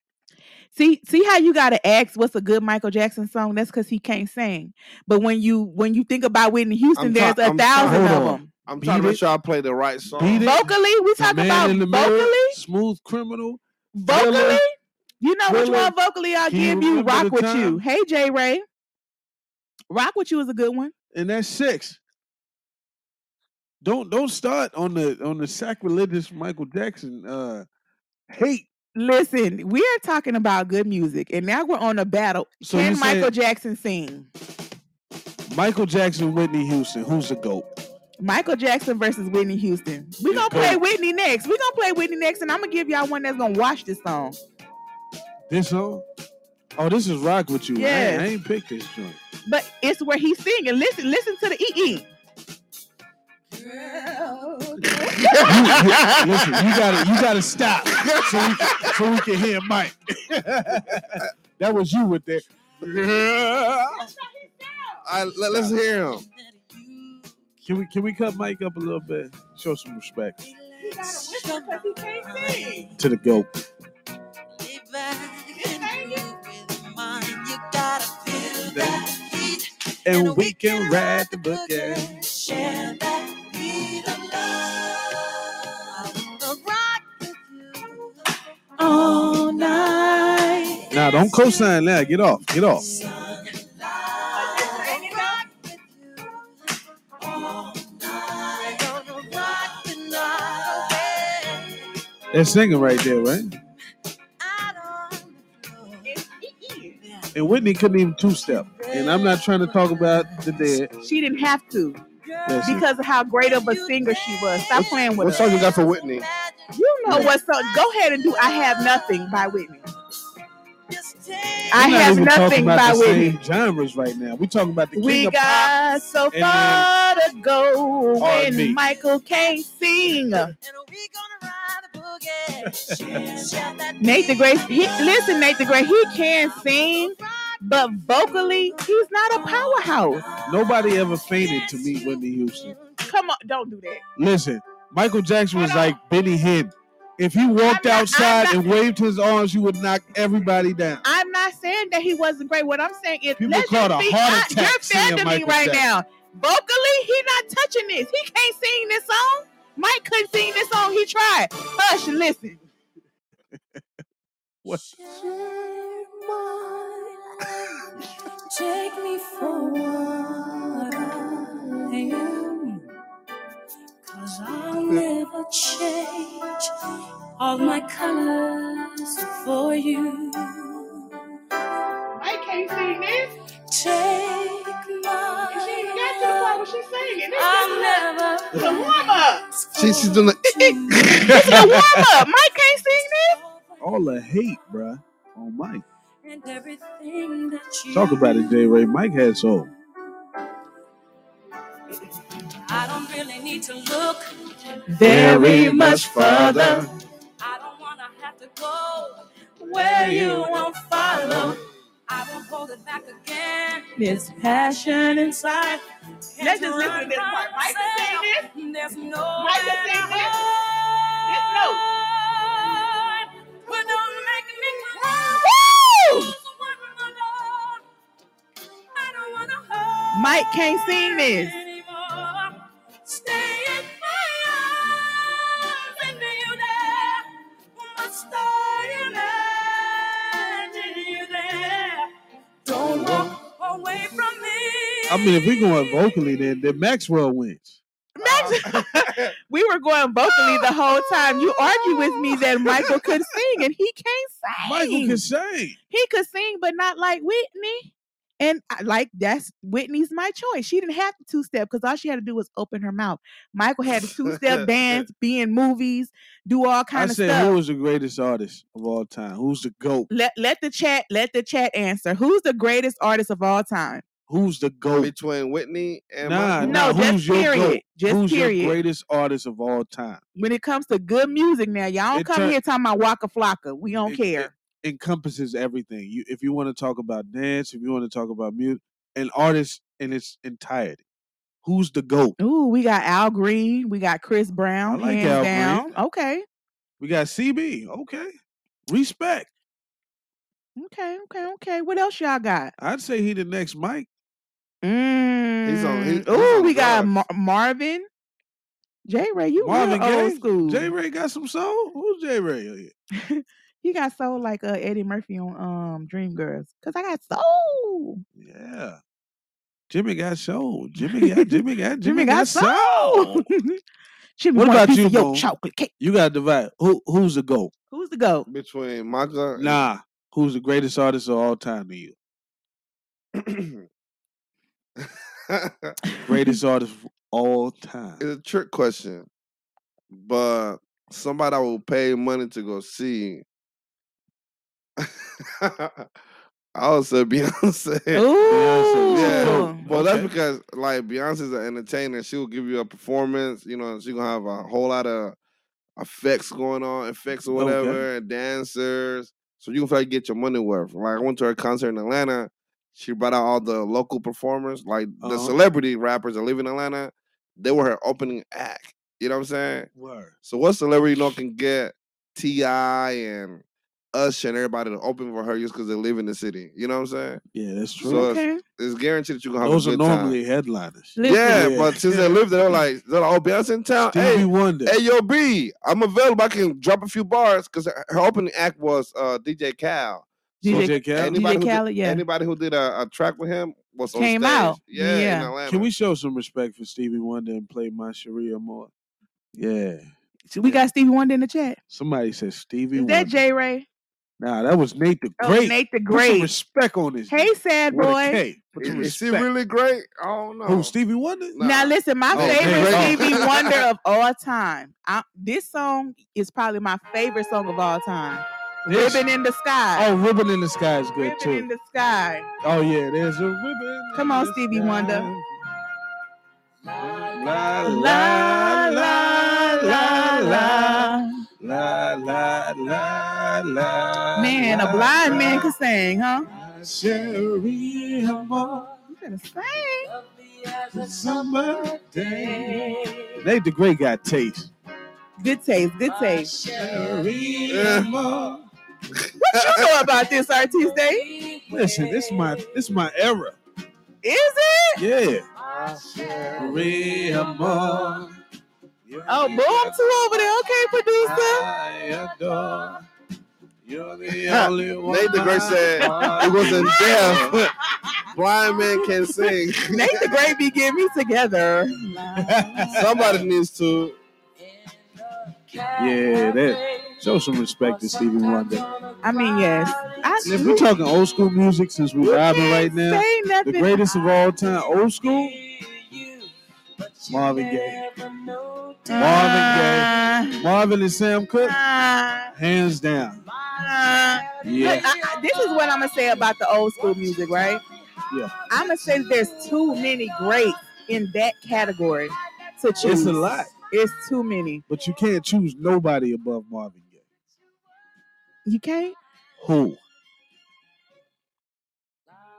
Speaker 3: See, see how you gotta ask what's a good Michael Jackson song? That's because he can't sing. But when you when you think about Whitney Houston,
Speaker 4: try-
Speaker 3: there's a
Speaker 4: I'm try-
Speaker 3: thousand
Speaker 2: hold
Speaker 3: of
Speaker 2: on.
Speaker 3: them.
Speaker 4: I'm
Speaker 2: Beat
Speaker 4: trying to
Speaker 2: It.
Speaker 4: make sure I play the right song.
Speaker 2: It.
Speaker 3: Vocally, we
Speaker 2: The
Speaker 3: talking
Speaker 2: Man
Speaker 3: about
Speaker 2: in the Mirror,
Speaker 3: vocally,
Speaker 2: Smooth Criminal. Thriller.
Speaker 3: vocally. You know which
Speaker 2: Thriller.
Speaker 3: one vocally I'll
Speaker 2: Can you
Speaker 3: give you?
Speaker 2: remember
Speaker 3: Rock
Speaker 2: the
Speaker 3: with you.
Speaker 2: time?
Speaker 3: Hey J Ray, Rock with you is a good one.
Speaker 2: and that's six. Don't don't start on the on the sacrilegious Michael Jackson uh hate.
Speaker 3: Listen, we are talking about good music, and now we're on a battle.
Speaker 2: So you
Speaker 3: Can Michael
Speaker 2: said
Speaker 3: Jackson sing?
Speaker 2: Michael Jackson, Whitney Houston, who's the goat?
Speaker 3: Michael Jackson versus Whitney Houston. We're
Speaker 2: Yeah,
Speaker 3: gonna play
Speaker 2: go.
Speaker 3: Whitney next. We're gonna play Whitney next, and I'm gonna give y'all one that's gonna watch this song.
Speaker 2: This song? Oh, this is rock with you. I ain't- I,
Speaker 3: Yes.
Speaker 2: ain't picked this joint.
Speaker 3: But it's where he's singing. Listen, listen to the E EE.
Speaker 2: Listen, you gotta you gotta stop so we can, so we can hear Mike. [LAUGHS] that was you with that.
Speaker 4: All right, let, us hear him.
Speaker 2: Can we can we cut Mike up a little bit? Show some respect to the goat. And we can ride the book.
Speaker 7: Share that beat of love. I wanna rock with you all night.
Speaker 2: Now don't co-sign that. Get off. Get off. They're singing right there, right? And Whitney couldn't even two-step. And I'm not trying to talk about the dead.
Speaker 3: She didn't have to
Speaker 2: Listen.
Speaker 3: because of how great of a singer she was. Stop playing with
Speaker 4: What
Speaker 3: us.
Speaker 4: song you got for Whitney?
Speaker 3: You know what song? Go ahead and do "I Have Nothing" by Whitney. I
Speaker 2: We're not
Speaker 3: have
Speaker 2: even talking
Speaker 3: nothing
Speaker 2: about
Speaker 3: by
Speaker 2: the
Speaker 3: Whitney.
Speaker 2: same genres right now. We're talking about the king
Speaker 3: We
Speaker 2: of pop.
Speaker 3: got so
Speaker 2: then
Speaker 3: far to go
Speaker 2: R&B.
Speaker 3: when Michael can't sing. [LAUGHS] Nathan Gray, he, listen, Nathan Gray, he can sing, but vocally, he's not a powerhouse.
Speaker 2: Nobody ever fainted to meet Whitney Houston.
Speaker 3: Come on, don't do that.
Speaker 2: Listen, Michael Jackson was
Speaker 3: Hold on.
Speaker 2: like Benny Hinn. If he walked
Speaker 3: I'm not- I'm
Speaker 2: outside
Speaker 3: not-
Speaker 2: and waved his arms, you would knock everybody down.
Speaker 3: I'm not saying that he wasn't great. What I'm saying is,
Speaker 2: People
Speaker 3: let's
Speaker 2: caught a
Speaker 3: just be
Speaker 2: heart
Speaker 3: hon-
Speaker 2: attack
Speaker 3: You're
Speaker 2: seeing
Speaker 3: offending me
Speaker 2: Michael
Speaker 3: right
Speaker 2: Jackson.
Speaker 3: now. Vocally, he not touching this. He can't sing this song. Mike couldn't sing this song. He tried. Hush, listen.
Speaker 2: What?
Speaker 1: Share my life. Take me for what I am. Cause I'll never change all my colors for you.
Speaker 3: Mike can't sing this.
Speaker 1: Take my
Speaker 3: And she got to the part where she's singing. This
Speaker 1: I'll never
Speaker 3: is a warm up.
Speaker 1: ask
Speaker 4: [LAUGHS] She, she's doing
Speaker 1: for
Speaker 4: [LAUGHS]
Speaker 3: This is a
Speaker 1: [LAUGHS]
Speaker 4: the.
Speaker 3: warm up. Mike can't sing this.
Speaker 2: All the hate, bruh, on Mike.
Speaker 1: and everything that you
Speaker 2: Talk about it, J. Ray. Mike had soul.
Speaker 1: I don't really need to look.
Speaker 3: Very much further.
Speaker 1: I don't wanna have to go where you won't follow. I won't hold it back again.
Speaker 3: This
Speaker 1: passion inside.
Speaker 3: Let's just listen to this part. Mike can sing this.
Speaker 1: this. There's
Speaker 3: Mike
Speaker 1: no
Speaker 3: can sing this. This note.
Speaker 1: But don't make me
Speaker 3: Woo!
Speaker 1: cry. I don't wanna hold
Speaker 3: Mike can't sing this.
Speaker 1: anymore. Stay in my arms and you there. My star, you imagine you there. Don't walk away from me.
Speaker 2: I mean, if we're going vocally, then then Maxwell wins.
Speaker 3: [LAUGHS] We were going vocally the whole time. You argue with me that Michael could sing and he can't sing.
Speaker 2: Michael can sing.
Speaker 3: he could sing, but not like Whitney. And I- like that's Whitney's my choice. She didn't have to two step because all she had to do was open her mouth. Michael had to two
Speaker 2: [LAUGHS]
Speaker 3: step dance, be in movies, do all
Speaker 2: I
Speaker 3: kind of
Speaker 2: said,
Speaker 3: stuff.
Speaker 2: who is the greatest artist of all time? Who's the GOAT?
Speaker 3: let let the chat let the chat answer. Who's the greatest artist of all time?
Speaker 2: Who's the GOAT?
Speaker 4: Between Whitney and
Speaker 2: Nah,
Speaker 4: Michael.
Speaker 2: Uh, nah,
Speaker 3: No, just
Speaker 2: who's your
Speaker 3: period.
Speaker 2: GOAT?
Speaker 3: Just
Speaker 2: who's
Speaker 3: period.
Speaker 2: your greatest artist of all time?
Speaker 3: When it comes to good music, now y'all don't
Speaker 2: It
Speaker 3: come
Speaker 2: turn-
Speaker 3: here talking about Waka Flocka. We don't
Speaker 2: It-
Speaker 3: care.
Speaker 2: It encompasses everything. You, if you want to talk about dance, if you want to talk about music, an artist in its entirety. Who's the GOAT?
Speaker 3: Ooh, we got Al Green, we got Chris Brown,
Speaker 2: like
Speaker 3: hands
Speaker 2: Al Green.
Speaker 3: down. Okay,
Speaker 2: We got CB. Okay. Respect.
Speaker 3: okay, okay, okay. What else y'all got?
Speaker 2: I'd say he the next Mike.
Speaker 3: Mm.
Speaker 4: on- he- he's
Speaker 3: Ooh,
Speaker 4: on
Speaker 3: we got Mar-
Speaker 4: drugs.
Speaker 3: Marvin. J Ray, you
Speaker 2: Marvin
Speaker 3: real old
Speaker 2: Gaye?
Speaker 3: school.
Speaker 2: J Ray got some soul. Who's J Ray? Oh,
Speaker 3: you got soul like uh, Eddie Murphy on um Dream Girls. Cause I got
Speaker 2: Oh.
Speaker 3: soul.
Speaker 2: Yeah. Jimmy got soul. Jimmy [LAUGHS] got Jimmy got Jimmy, got, [LAUGHS]
Speaker 3: [LAUGHS]
Speaker 2: soul.
Speaker 3: Jimmy,
Speaker 2: What
Speaker 3: what
Speaker 2: about
Speaker 3: about piece
Speaker 2: you,
Speaker 3: of your
Speaker 2: Bone?
Speaker 3: chocolate cake?
Speaker 2: You gotta divide. Who who's the GOAT?
Speaker 3: Who's the goat?
Speaker 4: Between Michael and
Speaker 2: Nah. Who's the greatest artist of all time to you? [LAUGHS] Greatest artist of all time.
Speaker 4: [CLEARS THROAT] it's a trick question, but somebody I will pay money to go see. [LAUGHS] I would say Beyonce.
Speaker 3: Ooh.
Speaker 4: Yeah,
Speaker 2: Ooh,
Speaker 4: well, that's
Speaker 2: okay.
Speaker 4: because like Beyonce's an entertainer. She will give you a performance. You know, she gonna have a whole lot of effects going on, effects or
Speaker 2: Okay.
Speaker 4: whatever, and dancers. So you can probably get your money worth. Like I went to her concert in Atlanta. She brought out all the local performers, like the
Speaker 2: Uh-huh.
Speaker 4: celebrity rappers that live in Atlanta. They were her opening act. You know what I'm saying?
Speaker 2: Word.
Speaker 4: So what celebrity you know can get Ti and us and everybody to open for her just because they live in the city? You know what I'm saying?
Speaker 2: Yeah, that's true.
Speaker 4: So-
Speaker 3: okay.
Speaker 4: It's guaranteed that you're gonna have
Speaker 2: Those
Speaker 4: a
Speaker 2: are
Speaker 4: good time.
Speaker 2: normally headliners.
Speaker 3: Listen,
Speaker 4: Yeah,
Speaker 2: Yeah.
Speaker 4: but since they lived there, like, they're like, oh, Beyonce in town.
Speaker 2: Stevie
Speaker 4: hey,
Speaker 2: Wonder.
Speaker 4: hey, yo, B, I'm available. I can drop a few bars because her her opening act was uh, DJ Cal.
Speaker 3: DJ
Speaker 2: DJ Khaled.
Speaker 3: DJ
Speaker 4: Anybody who did-
Speaker 3: Khaled, yeah.
Speaker 4: Anybody who did a, a track with him was on
Speaker 3: Came
Speaker 4: stage.
Speaker 3: out.
Speaker 4: Yeah, in
Speaker 3: Yeah.
Speaker 4: Atlanta.
Speaker 2: Can we show some respect for Stevie Wonder and play my Sharia more? Yeah.
Speaker 3: So we got Stevie Wonder in the chat.
Speaker 2: Somebody said Stevie
Speaker 3: Is
Speaker 2: Wonder.
Speaker 3: that J Ray?
Speaker 2: Nah, that was Nate the
Speaker 3: Oh,
Speaker 2: Great.
Speaker 3: Nate the
Speaker 2: Put some
Speaker 3: Great.
Speaker 2: respect on this.
Speaker 3: Hey, sad
Speaker 2: With a
Speaker 3: boy.
Speaker 2: K. Put
Speaker 4: Is,
Speaker 2: some
Speaker 4: is she
Speaker 2: respect.
Speaker 4: really great? I don't know.
Speaker 2: Who, Stevie Wonder?
Speaker 4: No.
Speaker 3: Now
Speaker 4: Nah.
Speaker 3: listen, my
Speaker 4: Oh,
Speaker 3: favorite
Speaker 2: J. Ray. [LAUGHS]
Speaker 3: Stevie Wonder of all time. I, this song is probably my favorite song of all time.
Speaker 2: This-
Speaker 3: Ribbon in the sky.
Speaker 2: Oh, Ribbon in the Sky is good
Speaker 3: Ribbon
Speaker 2: too.
Speaker 3: in the sky.
Speaker 2: oh, yeah, there's a ribbon.
Speaker 3: Come
Speaker 2: in
Speaker 3: on,
Speaker 2: the
Speaker 3: Stevie
Speaker 2: sky.
Speaker 3: Wonder.
Speaker 2: La
Speaker 3: La la la la.
Speaker 2: La la la la.
Speaker 3: Man, a
Speaker 2: la,
Speaker 3: blind
Speaker 2: la.
Speaker 3: man could sing, huh?
Speaker 2: My Sharia more.
Speaker 3: You better sing.
Speaker 2: Summer day. Nate the Great got taste.
Speaker 3: Good taste, good taste.
Speaker 4: Yeah.
Speaker 3: What you know about this artist day?
Speaker 2: Listen, this is my this is my era.
Speaker 3: Is it?
Speaker 2: Yeah.
Speaker 3: Oh, boom two over there. Okay, producer.
Speaker 2: [LAUGHS]
Speaker 4: Nate the Great said he wasn't deaf. [LAUGHS] Blind man can sing.
Speaker 3: Nate the Great be getting me together.
Speaker 4: Somebody needs to.
Speaker 2: Yeah, that show some respect to Stevie Wonder.
Speaker 3: I mean, yes. I,
Speaker 2: And if we're talking old school music since we're vibing right now,
Speaker 3: say
Speaker 2: the
Speaker 3: nothing. Uh,
Speaker 2: greatest of all time, old school, Marvin Gaye. Marvin Gaye. Marvin and Sam Cooke,
Speaker 3: Uh,
Speaker 2: hands down.
Speaker 3: uh,
Speaker 2: Yeah.
Speaker 3: Look, I, I- this is what I'm gonna say about the old school music, right?
Speaker 2: Yeah.
Speaker 3: I'm gonna say there's too many greats in that category to choose.
Speaker 2: It's a lot.
Speaker 3: It's too many.
Speaker 2: But you can't choose nobody above Marvin Gaye.
Speaker 3: You can't.
Speaker 2: Who?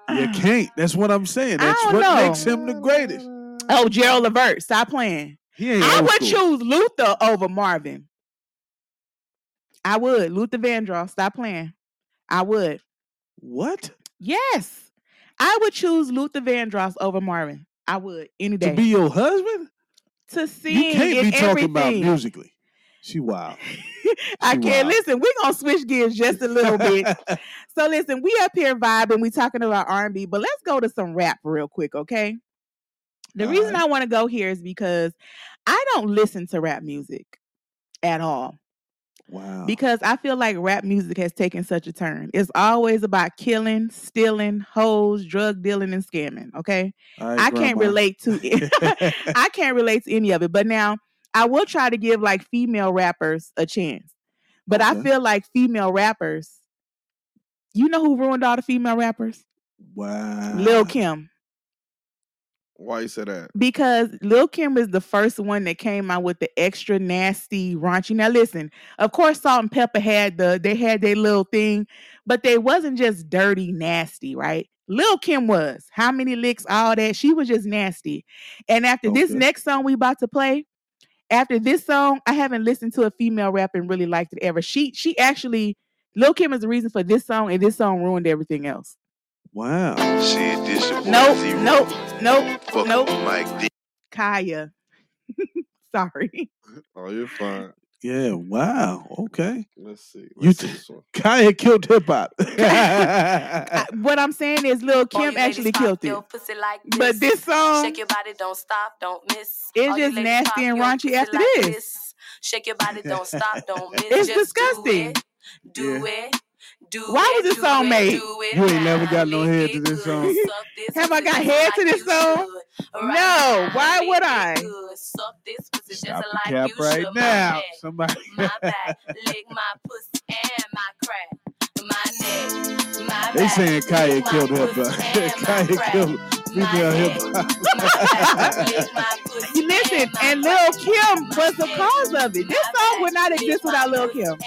Speaker 2: You
Speaker 3: Uh.
Speaker 2: can't. That's what I'm saying.
Speaker 3: I
Speaker 2: That's
Speaker 3: don't
Speaker 2: what
Speaker 3: know.
Speaker 2: makes him the greatest.
Speaker 3: Oh, Gerald Levert, stop playing.
Speaker 2: He ain't
Speaker 3: I
Speaker 2: old
Speaker 3: would
Speaker 2: school.
Speaker 3: choose Luther over Marvin. I would. Luther Vandross, stop playing. I would.
Speaker 2: What?
Speaker 3: Yes. I would choose Luther Vandross over Marvin. I would any day.
Speaker 2: To be your husband?
Speaker 3: to
Speaker 2: You
Speaker 3: sing
Speaker 2: can't be
Speaker 3: and
Speaker 2: talking about
Speaker 3: everything.
Speaker 2: musically. She wild.
Speaker 3: I
Speaker 2: She
Speaker 3: can't
Speaker 2: wild.
Speaker 3: listen. We're gonna switch gears just a
Speaker 2: [LAUGHS]
Speaker 3: little bit.
Speaker 2: All
Speaker 3: So listen, we up here vibing, we talking about R&B, but let's go to some rap real quick, okay? The
Speaker 2: All
Speaker 3: reason I want to go here is because I don't listen to rap music at all
Speaker 2: Wow.
Speaker 3: because I feel like rap music has taken such a turn. It's always about killing, stealing, hoes, drug dealing and scamming, okay?
Speaker 2: All right,
Speaker 3: I can't
Speaker 2: Grandma.
Speaker 3: relate to it.
Speaker 2: [LAUGHS]
Speaker 3: [LAUGHS] I can't relate to any of it. But now I will try to give like female rappers a chance. But I
Speaker 2: Okay.
Speaker 3: feel like female rappers, you know who ruined all the female rappers?
Speaker 2: Wow.
Speaker 3: Lil Kim.
Speaker 4: Why you say that?
Speaker 3: Because Lil Kim is the first one that came out with the extra nasty, raunchy. Now listen, of course Salt and Pepper had the they had their little thing, but they wasn't just dirty, nasty, right? Lil Kim was. How many licks, all that. She was just nasty. And after this
Speaker 2: Okay.
Speaker 3: next song we about to play, after this song, I haven't listened to a female rap and really liked it ever. She she actually Lil Kim is the reason for this song, and this song ruined everything else.
Speaker 2: Wow.
Speaker 8: Shit, this your boy
Speaker 3: Nope,
Speaker 8: Zero.
Speaker 3: nope, nope,
Speaker 8: Fuck
Speaker 3: nope.
Speaker 8: with Mike D.
Speaker 3: Kaya. [LAUGHS] Sorry.
Speaker 4: Oh, you're fine.
Speaker 2: Yeah. Wow. Okay.
Speaker 4: Let's see. Let's
Speaker 2: You
Speaker 4: see
Speaker 2: t-
Speaker 4: this one.
Speaker 2: Kaya killed hip
Speaker 3: [LAUGHS]
Speaker 2: hop. [LAUGHS] Uh,
Speaker 3: I- what I'm saying is Lil
Speaker 9: All
Speaker 3: Kim
Speaker 9: you ladies
Speaker 3: actually
Speaker 9: pop
Speaker 3: killed it.
Speaker 9: your pussy like
Speaker 3: But this song,
Speaker 9: Shake your body, don't stop, don't miss.
Speaker 3: It's
Speaker 9: All you
Speaker 3: just
Speaker 9: ladies
Speaker 3: nasty
Speaker 9: pop
Speaker 3: and
Speaker 9: your
Speaker 3: raunchy
Speaker 9: pussy
Speaker 3: after
Speaker 9: like
Speaker 3: this.
Speaker 9: Shake your body, don't stop,
Speaker 3: [LAUGHS]
Speaker 9: don't miss.
Speaker 3: It's
Speaker 9: Just
Speaker 3: disgusting.
Speaker 9: Do it, do it, do
Speaker 3: Why
Speaker 9: it,
Speaker 3: was this
Speaker 9: do
Speaker 3: song
Speaker 9: it,
Speaker 3: made?
Speaker 9: do it
Speaker 2: You ain't never
Speaker 9: now.
Speaker 2: got no
Speaker 9: Lick
Speaker 2: head
Speaker 9: it
Speaker 2: to this
Speaker 9: good,
Speaker 2: song.
Speaker 9: suck this
Speaker 3: Have I
Speaker 9: pussy
Speaker 3: got
Speaker 9: just
Speaker 3: head to
Speaker 9: like
Speaker 3: this
Speaker 9: you
Speaker 3: song?
Speaker 9: should.
Speaker 3: No,
Speaker 9: Right now,
Speaker 3: why would
Speaker 9: lick
Speaker 3: I?
Speaker 9: it good, Suck this pussy just
Speaker 2: Stop the
Speaker 9: like
Speaker 2: cap
Speaker 9: you
Speaker 2: right
Speaker 9: should. My
Speaker 2: now.
Speaker 9: back,
Speaker 3: [LAUGHS]
Speaker 2: Somebody. [LAUGHS]
Speaker 9: my back, lick my pussy and my crack, my neck, my
Speaker 2: They
Speaker 9: back.
Speaker 2: saying Kaya
Speaker 9: lick my
Speaker 2: killed hip [LAUGHS]
Speaker 9: pussy
Speaker 2: hop.
Speaker 9: and my
Speaker 2: Kaya
Speaker 9: crack,
Speaker 2: killed
Speaker 9: my
Speaker 2: female hip
Speaker 9: neck,
Speaker 2: hop.
Speaker 3: [LAUGHS] Listen, and
Speaker 2: uh,
Speaker 3: Lil Kim was the cause of it. This song would not exist without Lil Kim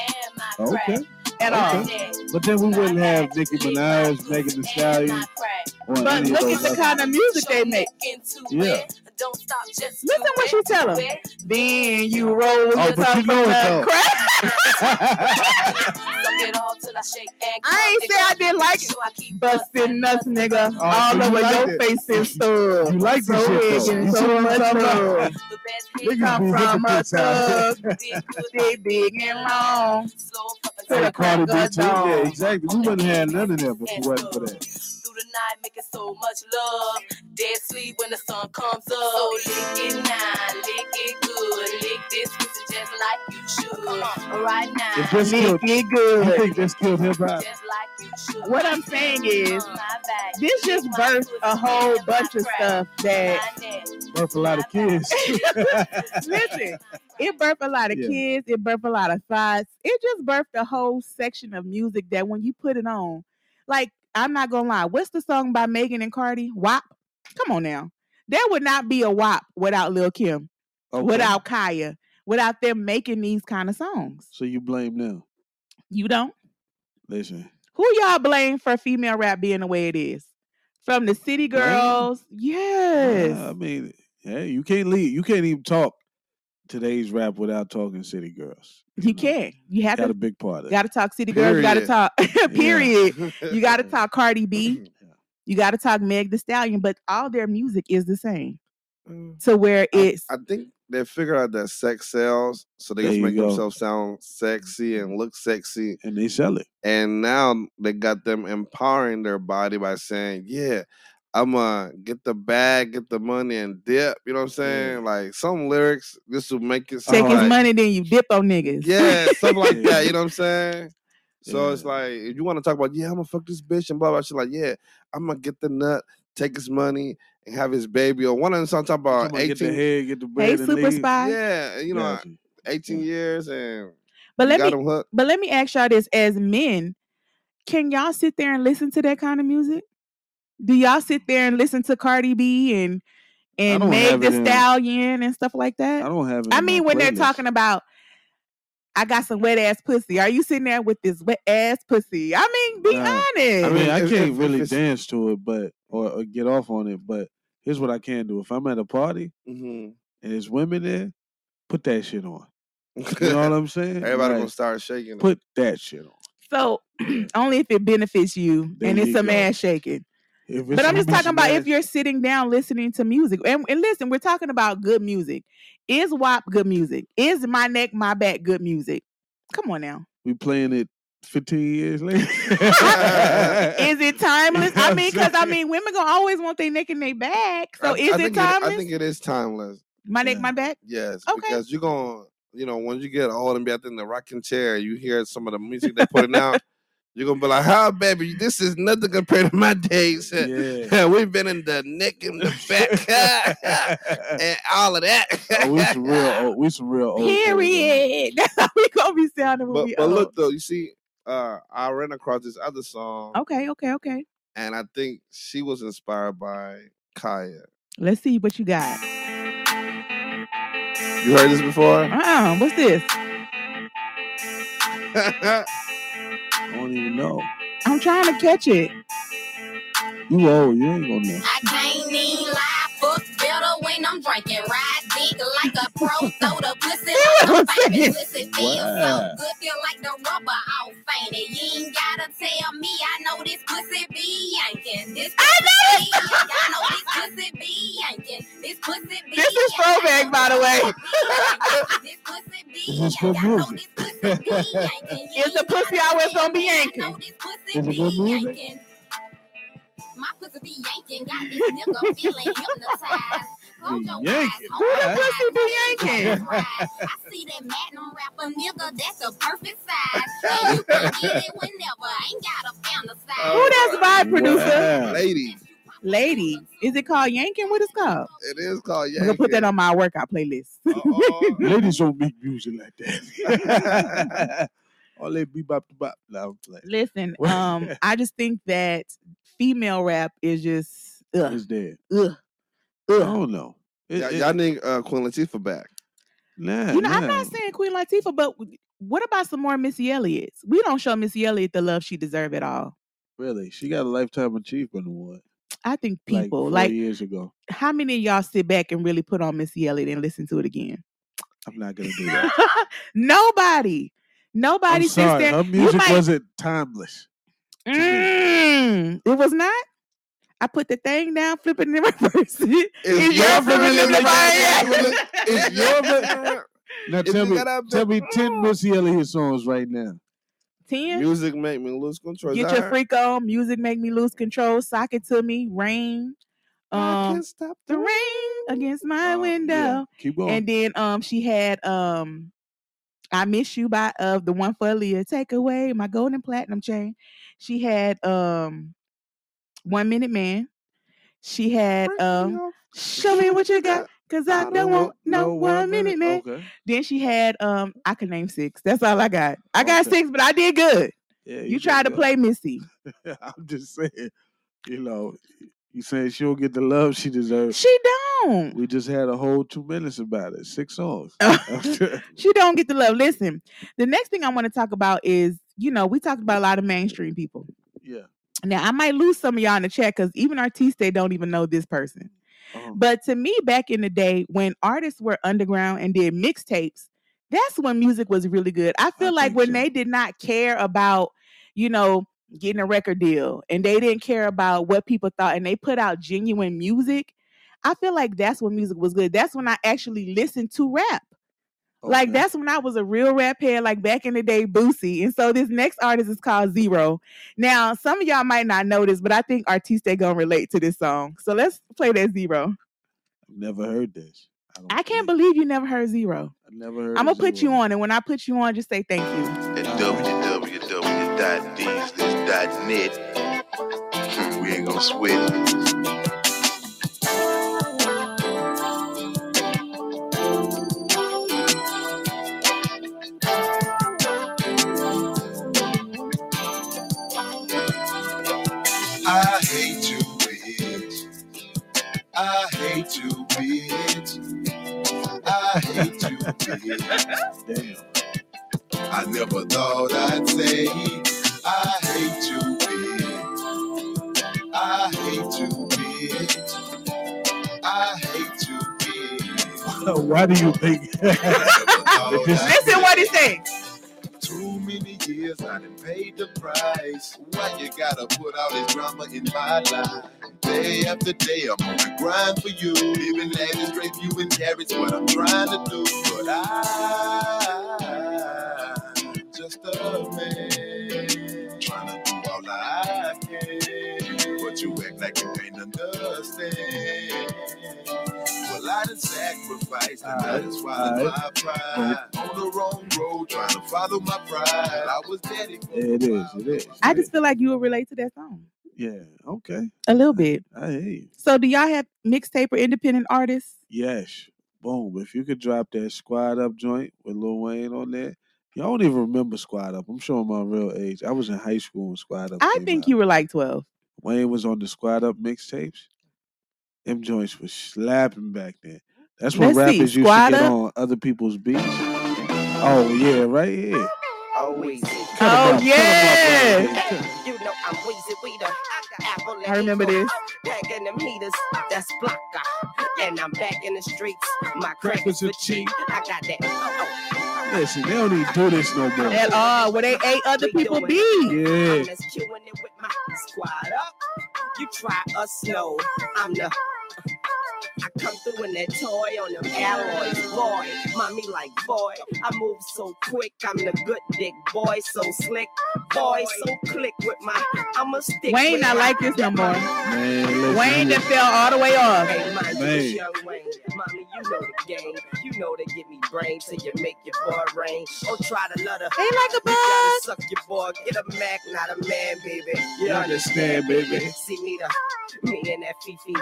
Speaker 2: okay.
Speaker 3: at all.
Speaker 2: But then we wouldn't have Nicki Minaj, Megan Thee Stallion, or
Speaker 3: But
Speaker 2: any
Speaker 3: look
Speaker 2: of
Speaker 3: at
Speaker 2: those
Speaker 3: the
Speaker 2: other-
Speaker 3: kind of music they make.
Speaker 2: Yeah.
Speaker 9: Don't stop, just
Speaker 3: Listen what she tell 'em. Then you roll
Speaker 2: Oh,
Speaker 3: yourself
Speaker 2: but you know it though.
Speaker 3: up. Crap. I ain't say I didn't like it. Busting nuts, nigga,
Speaker 2: [LAUGHS] Oh, so
Speaker 3: all
Speaker 2: you
Speaker 3: over
Speaker 2: liked
Speaker 3: your
Speaker 2: it.
Speaker 3: face and
Speaker 2: [LAUGHS]
Speaker 3: stuff.
Speaker 2: You like
Speaker 3: so
Speaker 2: this shit though.
Speaker 3: wicked,
Speaker 2: You see what I'm
Speaker 3: so much
Speaker 2: talking
Speaker 3: love.
Speaker 2: about?
Speaker 3: We come
Speaker 2: be [LAUGHS]
Speaker 3: from a
Speaker 2: hypocrites out here.
Speaker 3: thug, big, big and long. To
Speaker 2: At
Speaker 3: the
Speaker 2: a Cardi
Speaker 3: crack
Speaker 2: B
Speaker 3: of
Speaker 2: too. Yeah,
Speaker 3: dawn.
Speaker 2: exactly. We wouldn't have had none of that if it wasn't for that.
Speaker 9: Through the night, making so much love. Dead sleep when the sun comes up. So lick it now, lick it good. Lick this pussy just like you should. Right
Speaker 2: If
Speaker 9: now,
Speaker 2: this
Speaker 3: Lick
Speaker 2: killed,
Speaker 3: it
Speaker 2: you
Speaker 3: good.
Speaker 2: think this killed hip hop?
Speaker 9: just like you should.
Speaker 3: What I'm saying is,
Speaker 9: My back,
Speaker 3: this just
Speaker 9: my
Speaker 3: birthed
Speaker 9: pussy,
Speaker 3: a whole
Speaker 9: my
Speaker 3: bunch of
Speaker 9: crack,
Speaker 3: stuff that
Speaker 9: [LAUGHS] my neck,
Speaker 2: Birth a lot
Speaker 3: [LAUGHS]
Speaker 2: of kids. [LAUGHS]
Speaker 3: Listen, it birthed a lot of
Speaker 2: Yeah.
Speaker 3: kids. It birthed a lot of thoughts. It just birthed a whole section of music that when you put it on, like I'm not gonna lie, what's the song by Megan and Cardi? WAP. Come on now, there would not be a WAP without Lil Kim,
Speaker 2: Okay.
Speaker 3: without Kaya, without them making these kind of songs.
Speaker 2: So you blame them.
Speaker 3: You don't.
Speaker 2: Listen.
Speaker 3: Who y'all blame for female rap being the way it is? From the city
Speaker 2: Blame?
Speaker 3: girls, yes.
Speaker 2: I mean, hey, you can't leave. You can't even talk today's rap without talking city girls.
Speaker 3: You
Speaker 2: know?
Speaker 3: can't. You have
Speaker 2: Got a
Speaker 3: to.
Speaker 2: big part of it.
Speaker 3: Got to talk city girls. Got to
Speaker 4: Period. Mm-hmm.
Speaker 3: talk. [LAUGHS] Period. You got to
Speaker 4: talk.
Speaker 3: talk Cardi
Speaker 2: E?
Speaker 4: [LAUGHS]
Speaker 3: B. You got to talk Meg The Stallion. But all their music is the same.
Speaker 4: Mm.
Speaker 3: To where
Speaker 4: I-
Speaker 3: it's
Speaker 4: I, think they figured out that sex sells, so they
Speaker 2: There
Speaker 4: just
Speaker 2: you
Speaker 4: make
Speaker 2: go.
Speaker 4: themselves sound sexy and look sexy.
Speaker 2: and they sell it.
Speaker 4: And now they got them empowering their body by saying, "Yeah, I'ma get the bag, get the money, and dip." You know what I'm saying? Like some lyrics, this will make it
Speaker 3: take
Speaker 4: sound
Speaker 3: his
Speaker 4: like,
Speaker 3: money, then you dip on niggas.
Speaker 4: yeah,
Speaker 2: [LAUGHS]
Speaker 4: something like
Speaker 2: Yeah.
Speaker 4: that. You know what I'm saying? So it's
Speaker 2: Yeah.
Speaker 4: like if you want to talk about, yeah, I'm gonna fuck this bitch and blah blah. She's like, yeah, I'm gonna get the nut, take his money, and have his baby. Or one of them song talk
Speaker 2: Come
Speaker 4: about
Speaker 2: on, get the
Speaker 4: 18
Speaker 2: head, get the
Speaker 3: hey,
Speaker 2: bread, and
Speaker 3: super
Speaker 2: leave.
Speaker 3: spy.
Speaker 4: yeah, and, Uh, you know,
Speaker 2: Got you.
Speaker 4: 18
Speaker 2: Yeah.
Speaker 4: years and
Speaker 3: [LAUGHS] But
Speaker 4: you
Speaker 3: Mm. let me.
Speaker 4: got him hooked.
Speaker 3: But let me ask y'all this: as men, can y'all sit there and listen to that kind of music? Do y'all sit there and listen to Cardi B and and
Speaker 2: don't
Speaker 3: Meg
Speaker 2: have
Speaker 3: The
Speaker 2: it in-
Speaker 3: Stallion and stuff like that?
Speaker 2: I don't have it.
Speaker 3: I
Speaker 2: in Oh my
Speaker 3: mean, when they're
Speaker 2: playlist.
Speaker 3: talking about, I got some wet ass pussy. Are you sitting there with this wet ass pussy? I mean, be
Speaker 2: Nah.
Speaker 3: honest.
Speaker 2: I mean, I
Speaker 4: If- if-
Speaker 2: can't
Speaker 4: if
Speaker 2: really
Speaker 4: it's-
Speaker 2: dance to it, but or, or get off on it. But here's what I can do: if I'm at a party
Speaker 4: Mm-hmm.
Speaker 2: and there's women there, put that shit on.
Speaker 4: [LAUGHS]
Speaker 2: You know what I'm saying?
Speaker 4: Everybody
Speaker 2: Like,
Speaker 4: gonna start shaking. it.
Speaker 2: put that shit on.
Speaker 3: so [CLEARS THROAT] only if it benefits you
Speaker 2: There
Speaker 3: and it's
Speaker 2: you
Speaker 3: some
Speaker 2: go.
Speaker 3: ass shaking.
Speaker 2: If it's
Speaker 3: But I'm
Speaker 2: gonna
Speaker 3: just
Speaker 2: be
Speaker 3: talking
Speaker 2: some
Speaker 3: about if
Speaker 2: ass-
Speaker 3: you're sitting down listening to music. And, and listen, we're talking about good music. Is WAP good music? Is My Neck, My Back good music? Come on now.
Speaker 2: we playing it 15 years later.
Speaker 3: [LAUGHS] Is it timeless? I
Speaker 2: Eh, [LAUGHS] I'm
Speaker 3: mean, because I
Speaker 2: saying.
Speaker 3: mean, women gonna always want their neck and their back. So
Speaker 4: I-
Speaker 3: is
Speaker 4: I
Speaker 3: it
Speaker 4: think
Speaker 3: timeless?
Speaker 4: I think it is timeless.
Speaker 3: my neck,
Speaker 2: Yeah.
Speaker 3: my back.
Speaker 4: Yes,
Speaker 3: Okay.
Speaker 4: because you're gonna, you know, when you get old and be out there in the rocking chair, you hear some of the music they're putting out. You're gonna be like, "How, baby? This is nothing compared to my
Speaker 2: [LAUGHS]
Speaker 4: days.
Speaker 2: Yeah.
Speaker 4: [LAUGHS] Yeah. [LAUGHS] We've been in the neck and the
Speaker 2: [LAUGHS]
Speaker 4: back [LAUGHS] and all of that."
Speaker 2: oh, we
Speaker 4: [LAUGHS]
Speaker 2: some real old, we some real old. school, man.
Speaker 3: Period. [LAUGHS] That's how we gonna be sounding when
Speaker 4: but
Speaker 3: we
Speaker 4: but
Speaker 3: old.
Speaker 4: look though, you see, uh, I ran across this other song,
Speaker 3: Okay, okay, okay.
Speaker 4: and I think she was inspired by Kaya.
Speaker 3: Let's see what you got.
Speaker 4: You heard this
Speaker 3: [LAUGHS]
Speaker 4: before?
Speaker 3: Uh-uh. What's this?
Speaker 2: I don't even know.
Speaker 3: I'm trying to catch it.
Speaker 2: You old, you ain't gonna know.
Speaker 9: I can't even lie, fuck better when I'm drinking. Ride dick like a pro, throw the
Speaker 3: [LAUGHS]
Speaker 9: pussy like I'm famous. Listen, feel so
Speaker 2: Wow.
Speaker 9: good, feel like the rubber all fainted. You ain't gotta tell me, I know this pussy be yanking. This pussy be yanking.
Speaker 3: [LAUGHS]
Speaker 9: I know this pussy be yanking. This pussy be yanking.
Speaker 3: This is throwback, by the way. [LAUGHS]
Speaker 9: This pussy be
Speaker 2: This is
Speaker 9: yanking. I know
Speaker 2: good
Speaker 9: this pussy be yanking. You
Speaker 3: It's the
Speaker 9: ain't gotta
Speaker 3: pussy always gonna be
Speaker 9: tell me, I
Speaker 3: yanking.
Speaker 9: know this pussy
Speaker 2: This is
Speaker 9: be
Speaker 2: good music.
Speaker 9: yanking. My pussy be yanking, got this nigga feeling
Speaker 7: [LAUGHS]
Speaker 9: hypnotized. Hold
Speaker 2: Be
Speaker 9: your
Speaker 2: yanking.
Speaker 9: eyes,
Speaker 3: Who the
Speaker 9: hold your
Speaker 3: pussy
Speaker 9: eyes,
Speaker 3: be
Speaker 9: hold your [LAUGHS]
Speaker 3: yanking?
Speaker 9: eyes. I see that platinum rapper nigga, that's the perfect size. And you can get it whenever, I ain't gotta
Speaker 3: Who
Speaker 9: fantasize.
Speaker 3: that's vibe producer?
Speaker 2: Wow.
Speaker 4: Lady,
Speaker 3: Lady. Is it called yanking? What is called?
Speaker 4: it is called
Speaker 3: I'm gonna
Speaker 4: Yanking.
Speaker 3: put that on my workout playlist.
Speaker 4: Uh-oh.
Speaker 2: Ladies don't make music like that. [LAUGHS] All they bebop to bop. Nah, I'm playing.
Speaker 3: Listen, um, I just think that female rap is just ugh,
Speaker 2: It's dead.
Speaker 3: ugh,
Speaker 2: I
Speaker 3: ugh.
Speaker 2: don't know. [LAUGHS] It,
Speaker 4: Y'all-
Speaker 2: it-
Speaker 4: y'all need uh, Queen Latifah back.
Speaker 2: nah,
Speaker 3: You know, I'm
Speaker 2: nah.
Speaker 3: not saying Queen Latifah, but w- what about some more Missy Elliott's? We don't show Missy Elliott the love she deserve at all.
Speaker 2: Really, she got a lifetime achievement award
Speaker 3: I think
Speaker 2: like
Speaker 3: people
Speaker 2: four
Speaker 3: like,
Speaker 2: years ago.
Speaker 3: how many of y'all sit back and really put on Missy Elliott and listen to it again? [LAUGHS]
Speaker 2: I'm not gonna do that.
Speaker 3: Nobody, nobody
Speaker 2: I'm
Speaker 3: sits
Speaker 2: sorry,
Speaker 3: there.
Speaker 2: her
Speaker 3: you
Speaker 2: music
Speaker 3: might-
Speaker 2: wasn't timeless. me.
Speaker 3: Mm, it was not. I put the thing down, flipping and [LAUGHS] reverse it. It's
Speaker 2: your
Speaker 3: your
Speaker 2: feminine
Speaker 3: feminine
Speaker 2: again.
Speaker 3: divine. [LAUGHS]
Speaker 2: It's your ver- Now
Speaker 4: If
Speaker 2: tell
Speaker 4: you
Speaker 2: me,
Speaker 4: got out
Speaker 2: tell
Speaker 4: there-
Speaker 2: me ten Missy Elliott songs right now.
Speaker 3: Ten.
Speaker 4: Music make me lose control. Is
Speaker 3: Get
Speaker 4: that
Speaker 3: your
Speaker 4: her?
Speaker 3: freak on. Music make me lose control. Sock it to me. Rain.
Speaker 4: I
Speaker 3: Um,
Speaker 4: can't stop
Speaker 3: the
Speaker 4: the
Speaker 3: rain against my
Speaker 2: Uh, yeah,
Speaker 3: window.
Speaker 2: Keep going.
Speaker 3: And then um she had um I Miss You by of the one for Aaliyah. Take away my gold and platinum chain. She had um One Minute Man. She had
Speaker 4: Break me
Speaker 3: um
Speaker 4: off.
Speaker 3: Show me what you [LAUGHS] got. Cause I don't want no one minute Oh. man.
Speaker 2: Okay.
Speaker 3: Then she had um I could name six. That's all I got. I got
Speaker 2: Okay.
Speaker 3: six, but I did good.
Speaker 2: Yeah,
Speaker 3: You
Speaker 2: did
Speaker 3: tried to
Speaker 2: good.
Speaker 3: play Missy.
Speaker 2: [LAUGHS] I'm just saying, you know, you saying she don't get the love she deserves.
Speaker 3: She don't.
Speaker 2: We just had a whole two minutes about it, six
Speaker 3: [LAUGHS]
Speaker 2: songs. [LAUGHS]
Speaker 3: she don't get the love. Listen, the next thing I want to talk about is, you know, we talked about a lot of mainstream people.
Speaker 2: yeah,
Speaker 3: Now I might lose some of y'all in the chat because even Artiste don't even know this person.
Speaker 2: Oh.
Speaker 3: But to me, back in the day when artists were underground and did mixtapes, that's when music was really good. I feel like
Speaker 2: think
Speaker 3: when
Speaker 2: so.
Speaker 3: they did not care about, you know, getting a record deal and they didn't care about what people thought and they put out genuine music, I feel like that's when music was good. That's when I actually listened to rap. Like
Speaker 2: Okay.
Speaker 3: that's when I was a real rap head, like back in the day, Boosie. And so this next artist is called Zero. Now, some of y'all might not know this, but I think Artiste gonna relate to this song. So let's play that Zero.
Speaker 2: I've never heard this. don't
Speaker 3: I
Speaker 2: think.
Speaker 3: can't believe you never heard Zero.
Speaker 2: I've never heard
Speaker 3: I'm
Speaker 2: of
Speaker 3: gonna put
Speaker 2: Zero.
Speaker 3: you on, and when I put you on, just say thank you.
Speaker 8: at www.theselist.net. Hmm, We ain't gonna sweat it. I hate to bitch. I hate to bitch. I hate to bitch.
Speaker 2: Damn. [LAUGHS]
Speaker 8: I never thought I'd say I hate to bitch. I hate to bitch. I hate to bitch.
Speaker 2: Why do you think? [LAUGHS]
Speaker 8: Never
Speaker 2: This-
Speaker 8: thought I'd
Speaker 3: Ah, Listen what he said.
Speaker 8: Too many years I done paid the price. Why you gotta put all this drama in my life? Day after day I'm on the grind for you. Living lavish, rape you and carrots, what I'm trying to do. But I just a man trying to do all I can. But you act like you can't understand. Well, I done sacrificed, and I done swallowed
Speaker 2: Alright,
Speaker 8: my pride. On the wrong road, trying to follow my pride. I was dedicated.
Speaker 2: it is. It is.
Speaker 3: I just feel like you will relate to that song
Speaker 2: Yeah. Okay.
Speaker 3: a little bit.
Speaker 2: I hear you.
Speaker 3: So, do y'all have mixtape or independent artists?
Speaker 2: Yes. Boom. If you could drop that squad up joint with Lil Wayne on there, y'all don't even remember squad up. I'm showing my real age. I was in high school when squad up.
Speaker 3: I
Speaker 2: came
Speaker 3: think
Speaker 2: out.
Speaker 3: you were like 12.
Speaker 2: Wayne was on the squad up mixtapes. Them joints was slapping back then. That's when
Speaker 3: Let's see,
Speaker 2: rappers used to
Speaker 3: Squad
Speaker 2: get
Speaker 3: Up?
Speaker 2: on other people's beats. Oh yeah, right here.
Speaker 6: Oh, Weezy.
Speaker 2: Cut 'em
Speaker 3: Oh,
Speaker 2: up, cut 'em up, Wayne.
Speaker 3: yeah.
Speaker 6: Hey, you know I'm Weezy. We the apple and
Speaker 3: I remember
Speaker 6: eagle.
Speaker 3: this.
Speaker 6: Bagging the meters, that's blocker. And I'm back in the streets. My crack
Speaker 2: Crackers
Speaker 6: is
Speaker 2: are
Speaker 6: for cheap. I got that. Oh,
Speaker 2: Listen, they don't even do this no more.
Speaker 3: At all, where they ate other people beef.
Speaker 6: I'm
Speaker 2: Yeah.
Speaker 6: just queuing it with my squad up. You try us slow. I'm the I come through in that toy on them alloys, boy. Mommy like boy. I move so quick. I'm the good dick boy, so slick. Boy, so click with my. I'm a stick.
Speaker 3: Wayne,
Speaker 6: with
Speaker 3: not
Speaker 6: my-
Speaker 3: like this no more.
Speaker 2: Man, listen,
Speaker 3: Wayne
Speaker 2: you-
Speaker 3: that fell all the way off.
Speaker 6: Hey, my
Speaker 2: Man.
Speaker 6: young Wayne. Mommy, you know the game. You know they give me brain till you make your boy rain. Or try to let her.
Speaker 3: They like a
Speaker 6: You gotta
Speaker 3: bug.
Speaker 6: suck your boy. Get a Mac, not a man, baby. You
Speaker 2: You
Speaker 6: understand,
Speaker 2: understand,
Speaker 6: baby.
Speaker 2: baby.
Speaker 6: See me the me and that Fifi.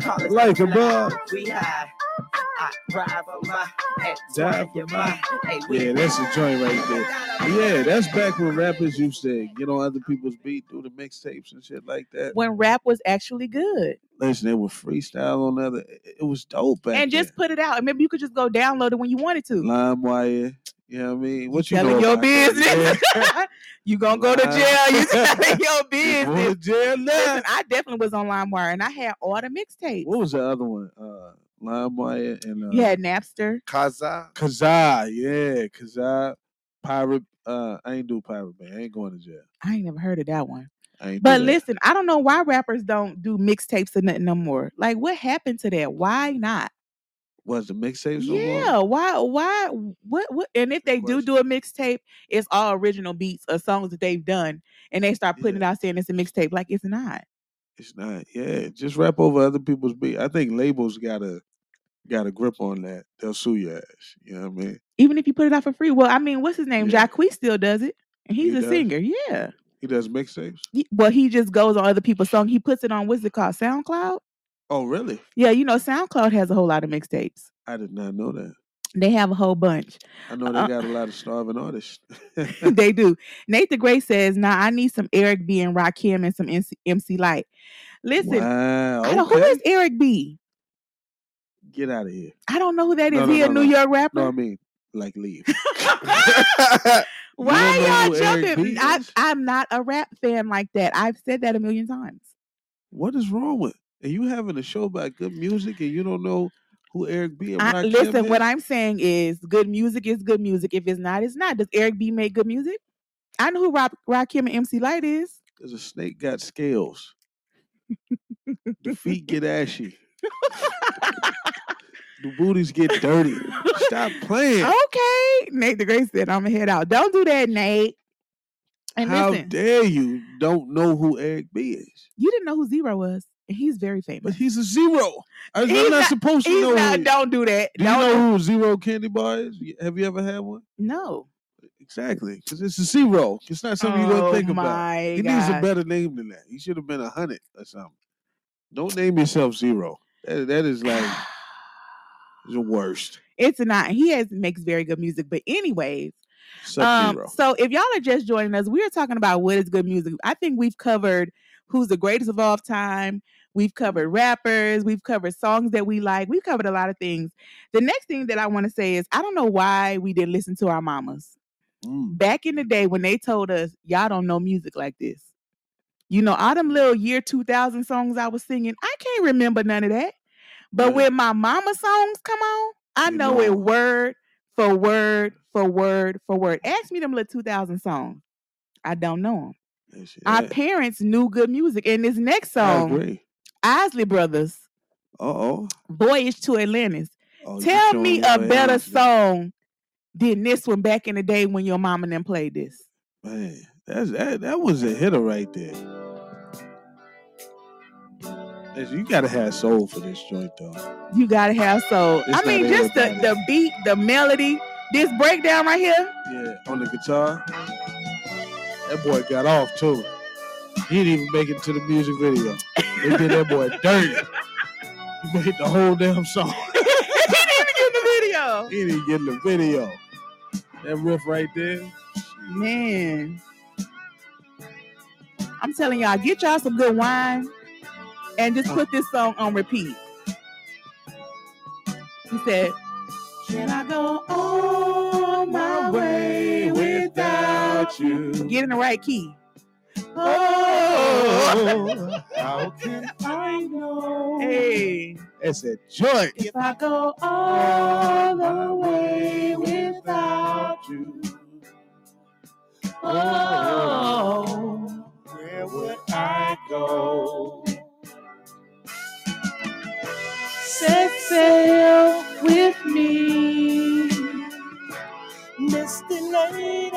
Speaker 6: Call it
Speaker 2: Like a
Speaker 6: fly.
Speaker 2: bug.
Speaker 6: We high. I ride for my and
Speaker 2: Die
Speaker 6: drive
Speaker 2: for
Speaker 6: your
Speaker 2: my-
Speaker 6: mind. Hey, we
Speaker 2: Yeah, that's a joint right there. But yeah, that's back when rappers used to get on other people's beat, do the mixtapes and shit like that.
Speaker 3: When rap was actually good.
Speaker 2: Listen, they would freestyle on other. It it was dope back
Speaker 3: and just put it out. And maybe you could just go download it when you wanted
Speaker 2: then.
Speaker 3: to.
Speaker 2: LimeWire. You know what I mean? What you,
Speaker 3: telling
Speaker 2: know
Speaker 3: your
Speaker 2: about that?
Speaker 3: business. [LAUGHS] you gonna go to
Speaker 2: Lying.
Speaker 3: jail. [LAUGHS] You telling your
Speaker 2: Yeah. Going to
Speaker 3: [LAUGHS] business.
Speaker 2: jail now.
Speaker 3: Listen, I definitely was on LimeWire and I had all the mixtapes.
Speaker 2: What was the other one? Uh, LimeWire and uh,
Speaker 3: You had Napster.
Speaker 4: Kaza.
Speaker 2: Kazaa. Yeah, Kazaa. Pirate. Uh, I ain't do Pirate Bay. I ain't going to jail.
Speaker 3: I ain't never heard of that one.
Speaker 2: I ain't do
Speaker 3: But
Speaker 2: that.
Speaker 3: listen, I don't know why rappers don't do mixtapes or nothing no more. Like, what happened to that? Why not?
Speaker 2: Was the mixtapes no more?
Speaker 3: Yeah, why? Why? What? What? And if they do
Speaker 2: question.
Speaker 3: do a mixtape, it's all original beats or songs that they've done, and they start putting
Speaker 2: Yeah.
Speaker 3: it out saying it's a mixtape. Like, it's not.
Speaker 2: It's not. Yeah, just rap over other people's beat. I think labels got a got a grip on that. They'll sue your ass. You know what I mean?
Speaker 3: even if you put it out for free. Well, I mean, what's his name?
Speaker 2: Yeah.
Speaker 3: Jacque still does it, and he's
Speaker 2: He
Speaker 3: a
Speaker 2: does?
Speaker 3: singer. Yeah.
Speaker 2: He does mixtapes.
Speaker 3: Ye- Well, he just goes on other people's song. He puts it on what's it called? SoundCloud.
Speaker 2: Oh, really?
Speaker 3: Yeah, you know, SoundCloud has a whole lot of mixtapes.
Speaker 2: I did not know that.
Speaker 3: They have a whole
Speaker 2: [LAUGHS]
Speaker 3: bunch.
Speaker 2: I know they
Speaker 3: Uh,
Speaker 2: got a lot of starving artists. [LAUGHS]
Speaker 3: [LAUGHS] they do. Nathan Gray says, "Now I need some Eric B and Rakim and some MC, MC Light." Listen,
Speaker 2: wow.
Speaker 3: I don't, who
Speaker 2: okay.
Speaker 3: is Eric B?
Speaker 2: Get out of here.
Speaker 3: I don't know who that is.
Speaker 2: No, no,
Speaker 3: he a
Speaker 2: no,
Speaker 3: New
Speaker 2: no.
Speaker 3: York rapper. [LAUGHS]
Speaker 2: No, I mean, like, leave. [LAUGHS] don't
Speaker 3: Why
Speaker 2: know
Speaker 3: y'all
Speaker 2: who Eric
Speaker 3: jumping?
Speaker 2: B
Speaker 3: I,
Speaker 2: is?
Speaker 3: I'm not a rap fan like that. I've said that a million times.
Speaker 2: What is wrong with? and you having a show about good music, and you don't know who Eric B. and
Speaker 3: I,
Speaker 2: Rakim
Speaker 3: listen,
Speaker 2: is?
Speaker 3: what I'm saying is good music is good music. If it's not, it's not. Does Eric B make good music? I know who Rob, Rakim and MC
Speaker 2: [COUGHS]
Speaker 3: Light is.
Speaker 2: Cause a snake got scales.
Speaker 3: [LAUGHS]
Speaker 2: the feet get ashy. the booties get dirty. Stop playing.
Speaker 3: Okay. Nate the Great said, I'm going to head out. Don't do that, Nate. And
Speaker 2: How
Speaker 3: listen,
Speaker 2: dare you don't know who Eric B is?
Speaker 3: you didn't know who Zero was. And he's very
Speaker 2: But
Speaker 3: famous.
Speaker 2: he's a zero. I, am
Speaker 3: He's
Speaker 2: not,
Speaker 3: not-
Speaker 2: supposed to
Speaker 3: He's
Speaker 2: know.
Speaker 3: not.
Speaker 2: who,
Speaker 3: Don't do that.
Speaker 2: do you
Speaker 3: don't do-
Speaker 2: know who Zero Candy Bar is? Y- Have you ever had one?
Speaker 3: No.
Speaker 2: Exactly, because it's a zero. It's not something you don't
Speaker 3: oh
Speaker 2: think about.
Speaker 3: my
Speaker 2: He needs a
Speaker 3: God.
Speaker 2: better name than that. He should have been a hundred or something. Don't name yourself zero. That, that is like
Speaker 3: [SIGHS]
Speaker 2: the worst.
Speaker 3: It's not. He has makes very good music. But anyways,
Speaker 2: Sub
Speaker 3: um,
Speaker 2: zero.
Speaker 3: so if y'all are just joining us, we are talking about what is good music. I think we've covered who's the greatest of all time. We've covered rappers. We've covered songs that we like. We've covered a lot of things. The next thing that I want to say is I don't know why we didn't listen to our mamas
Speaker 2: Mm.
Speaker 3: back in the day when they told us y'all don't know music like this. You know, all them little year 2000 songs I was singing, I can't remember none of that. But
Speaker 2: Right.
Speaker 3: when my mama songs come on, I
Speaker 2: You
Speaker 3: know
Speaker 2: know
Speaker 3: it
Speaker 2: 'em.
Speaker 3: word for word for word for word. Ask me them little 2000 songs. I don't know them.
Speaker 2: Yes,
Speaker 3: Our
Speaker 2: yeah,
Speaker 3: parents knew good music. And this next
Speaker 2: I
Speaker 3: song,
Speaker 2: agree.
Speaker 3: Isley Brothers,
Speaker 2: Uh oh.
Speaker 3: Voyage to Atlantis.
Speaker 2: Oh, you
Speaker 3: Tell
Speaker 2: showing
Speaker 3: me
Speaker 2: your
Speaker 3: a better
Speaker 2: age now.
Speaker 3: song than this one back in the day when your mama and them played this.
Speaker 2: Man, that's that. That was a hitter right there. Listen, You gotta have soul for this joint though.
Speaker 3: You gotta have soul.
Speaker 2: It's
Speaker 3: I mean,
Speaker 2: not
Speaker 3: just the,
Speaker 2: everybody.
Speaker 3: the beat, the melody, this breakdown right [LAUGHS] here.
Speaker 2: Yeah, on the guitar. That boy got off too. He didn't even make it to the music video. They did that boy dirty. He made the whole damn song.
Speaker 3: he didn't even get in the video.
Speaker 2: He didn't get in the video. That riff right there.
Speaker 3: Man. I'm telling y'all, get y'all some good wine and just put this song on repeat. He said, Can I go on my way without you? Get in the right key. Oh,
Speaker 2: Oh, how can I know?
Speaker 3: hey.
Speaker 2: It's a joint.
Speaker 3: If I go all the way without
Speaker 2: you.
Speaker 3: you, oh,
Speaker 2: Where would I go?
Speaker 7: Set sail with me, Misty Lady.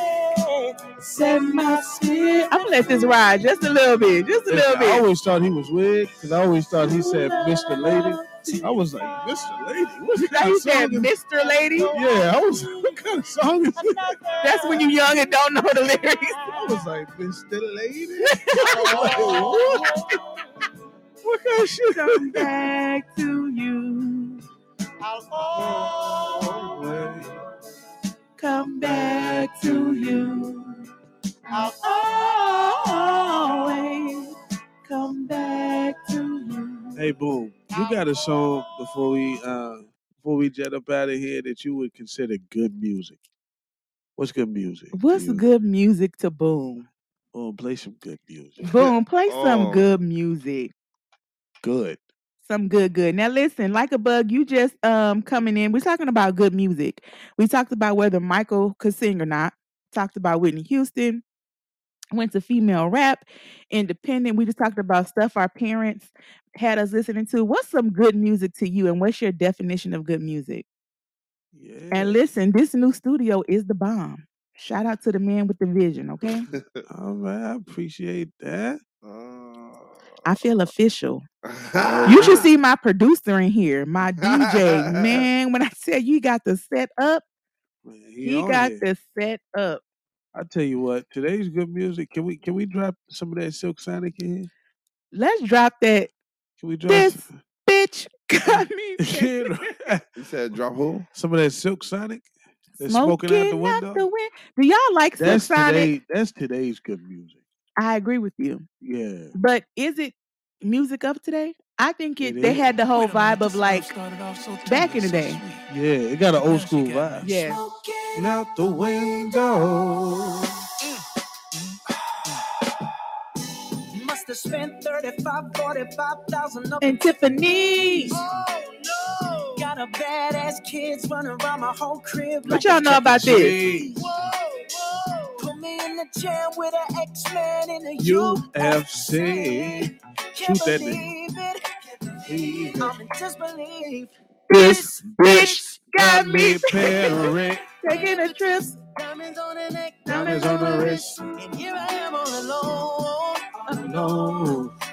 Speaker 7: Set my spirit.
Speaker 3: I'm gonna let this ride just a little bit, just a little
Speaker 2: I
Speaker 3: bit.
Speaker 2: always thought he was weird because I always thought he said Mr. Lady. I was like, Mr. Lady? What
Speaker 3: Now
Speaker 2: kind
Speaker 3: you
Speaker 2: of song
Speaker 3: said
Speaker 2: is
Speaker 3: Mr. Lady.
Speaker 2: Yeah, I was [LAUGHS] what kind of song is this?
Speaker 3: That's when you young and don't know the lyrics.
Speaker 2: I was like, Mr. Lady? [LAUGHS] I'm like, what? What kind of
Speaker 3: [LAUGHS]
Speaker 2: shit?
Speaker 3: Come back to you. Come back to you. I'll always come back to you.
Speaker 2: Hey, boom! You got a song before we uh before we jet up out of here that you would consider good music? What's good music? to
Speaker 3: What's
Speaker 2: you?
Speaker 3: good music to boom?
Speaker 2: Oh, play some good music.
Speaker 3: Boom, play some
Speaker 4: Oh.
Speaker 3: good music.
Speaker 2: Good.
Speaker 3: Some good, good. Now listen, like a bug, you just um coming in. We're talking about good music. We talked about whether Michael could sing or not. Talked about Whitney Houston. Went to female rap, independent. We just talked about stuff our parents had us listening to. What's some good music to you, and what's your definition of good music?
Speaker 2: Yeah.
Speaker 3: And listen, this new studio is the bomb. Shout out to the man with the vision, okay?
Speaker 2: All right. I appreciate that.
Speaker 3: I
Speaker 4: Uh,
Speaker 3: feel official. You
Speaker 4: [LAUGHS]
Speaker 3: should see my producer in here, my DJ. Man, when I tell you he got the set up,
Speaker 2: Man, he
Speaker 3: he
Speaker 2: on
Speaker 3: got
Speaker 2: here.
Speaker 3: the set up.
Speaker 2: I tell you what, today's good music. Can we can we drop some of that Silk Sonic in here?
Speaker 3: Let's drop that.
Speaker 2: Can we drop [LAUGHS]
Speaker 3: This
Speaker 2: some,
Speaker 3: bitch
Speaker 2: [LAUGHS]
Speaker 3: [LAUGHS] got me
Speaker 2: you know,
Speaker 4: You said drop who?
Speaker 2: [LAUGHS] some of that Silk Sonic? That's smoking out the
Speaker 3: smoking out
Speaker 2: window.
Speaker 3: the wind. Do y'all like Silk
Speaker 2: That's
Speaker 3: Sonic?
Speaker 2: today. That's today's good music.
Speaker 3: I agree with you.
Speaker 2: Yeah,
Speaker 3: But is it music up today? I think
Speaker 2: it
Speaker 3: it they
Speaker 2: is.
Speaker 3: had the whole vibe of like back in the day.
Speaker 2: Yeah, it got an old school vibe.
Speaker 3: Yeah.
Speaker 2: Looking out the window.
Speaker 7: [LAUGHS] Must to spend 35, 45,000 up
Speaker 3: And Tiffany's.
Speaker 7: Oh no! Got a badass kids running around my whole crib.
Speaker 3: What y'all know about this?
Speaker 7: Put me in the jam with an X-Man in the
Speaker 2: UFC.
Speaker 7: Can't
Speaker 2: Shoot that
Speaker 7: believe it. I'm in disbelief.
Speaker 2: This
Speaker 3: bitch got [LAUGHS] me
Speaker 2: parent.
Speaker 3: taking a trip.
Speaker 7: Diamonds on the neck,
Speaker 2: Diamonds on the wrist.
Speaker 7: and here I am all alone.
Speaker 2: No.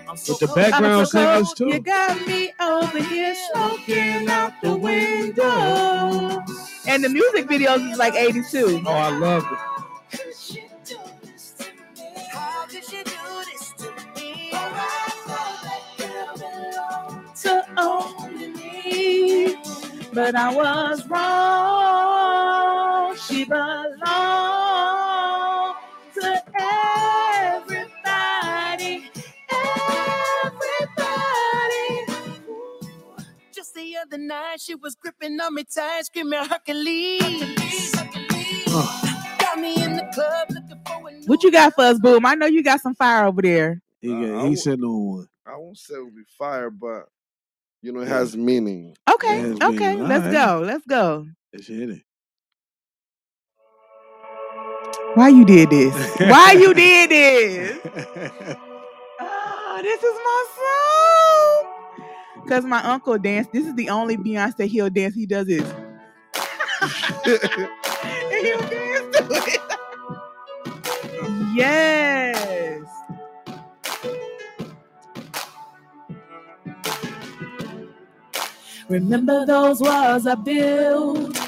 Speaker 7: I'm so
Speaker 2: With the
Speaker 7: cold.
Speaker 2: background singers
Speaker 3: You
Speaker 2: too.
Speaker 3: got me over here smoking out the window. And the music videos is like 82.
Speaker 2: Oh, I love it.
Speaker 7: How could you do this to me? I thought that girl
Speaker 3: To only me. But I was wrong. She belonged to everybody. Everybody.
Speaker 7: Just the other night, she was gripping on me tight, screaming Hercules. Got me in the club looking for a new
Speaker 3: What you got for us, Boom? I know you got some fire over there.
Speaker 2: He,
Speaker 4: Uh,
Speaker 2: got,
Speaker 4: I
Speaker 2: he
Speaker 4: w-
Speaker 2: said no one.
Speaker 4: I won't say it'll be fire, but you know it
Speaker 2: Yeah.
Speaker 4: has meaning.
Speaker 3: Okay,
Speaker 2: Yes, baby.
Speaker 3: okay,
Speaker 2: All
Speaker 3: let's
Speaker 2: right.
Speaker 3: go, let's go.
Speaker 2: Let's hit it.
Speaker 3: Why you did this? Why
Speaker 2: [LAUGHS]
Speaker 3: you did this? Oh, this is my song. Cause my uncle danced. This is the only Beyonce heel dance he does [LAUGHS] is. and he'll dance to it. [LAUGHS] Yes.
Speaker 1: Remember those walls I built?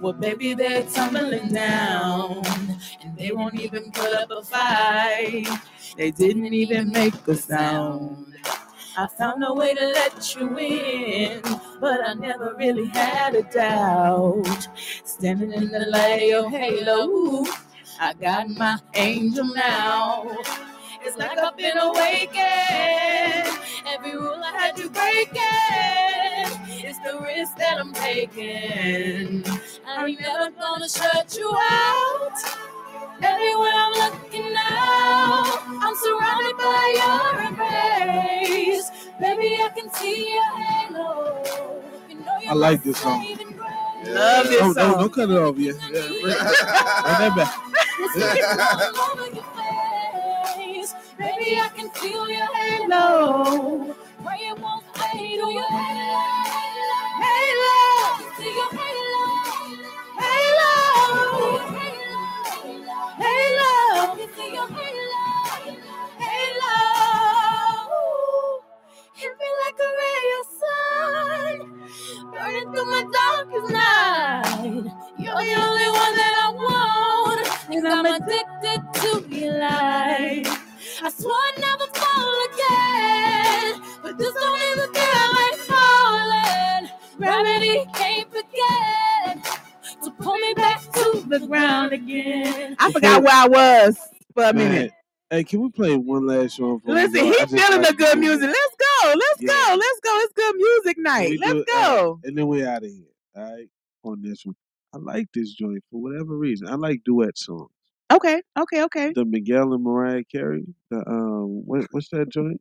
Speaker 1: Well, baby, they're tumbling down. And they won't even put up a fight. They didn't even make a sound. I found a way to let you in, but I never really had a doubt. Standing in the light of your halo, I got my angel now. It's like I've been awakened. Every rule I had to break it. It's the risk that I'm taking. I ain't never gonna shut you out. Everywhere I'm looking now, I'm surrounded by your embrace. Baby, I can see your halo. You know you're
Speaker 2: I like
Speaker 1: my
Speaker 2: this song.
Speaker 1: saving
Speaker 3: Love
Speaker 1: grace.
Speaker 4: Yeah.
Speaker 2: Oh,
Speaker 3: this
Speaker 2: no,
Speaker 3: song.
Speaker 2: don't cut it off yet. Yeah, bring it. [LAUGHS] Run that back.
Speaker 1: This light all over your face. Baby, I can feel your halo. Pray it won't fade away. Halo. I can See your halo. Halo. Halo. I can see your halo. Halo. Hit me like a ray of sun, burning through my darkest night. You're the only one that I want. Cause I'm addicted to your light. I swore I'd never fall again. But this don't even feel like falling. Gravity can't forget to pull me back to the ground again.
Speaker 3: I forgot where I was for a
Speaker 2: Man.
Speaker 3: minute.
Speaker 2: Hey, can we play one last song for me,
Speaker 3: Listen,
Speaker 2: bro?
Speaker 3: he
Speaker 2: I just
Speaker 3: feeling
Speaker 2: like to
Speaker 3: the good
Speaker 2: do
Speaker 3: music.
Speaker 2: this.
Speaker 3: Let's go, let's
Speaker 2: Yeah.
Speaker 3: go, let's go. It's good music
Speaker 2: Can
Speaker 3: night.
Speaker 2: we
Speaker 3: Let's
Speaker 2: do uh, all right,
Speaker 3: go.
Speaker 2: and then we out of here. All right, on this one, I like this joint for whatever reason. I like duet songs.
Speaker 3: Okay, okay, okay.
Speaker 2: The Miguel and Mariah Carey. The um, what, what's that joint?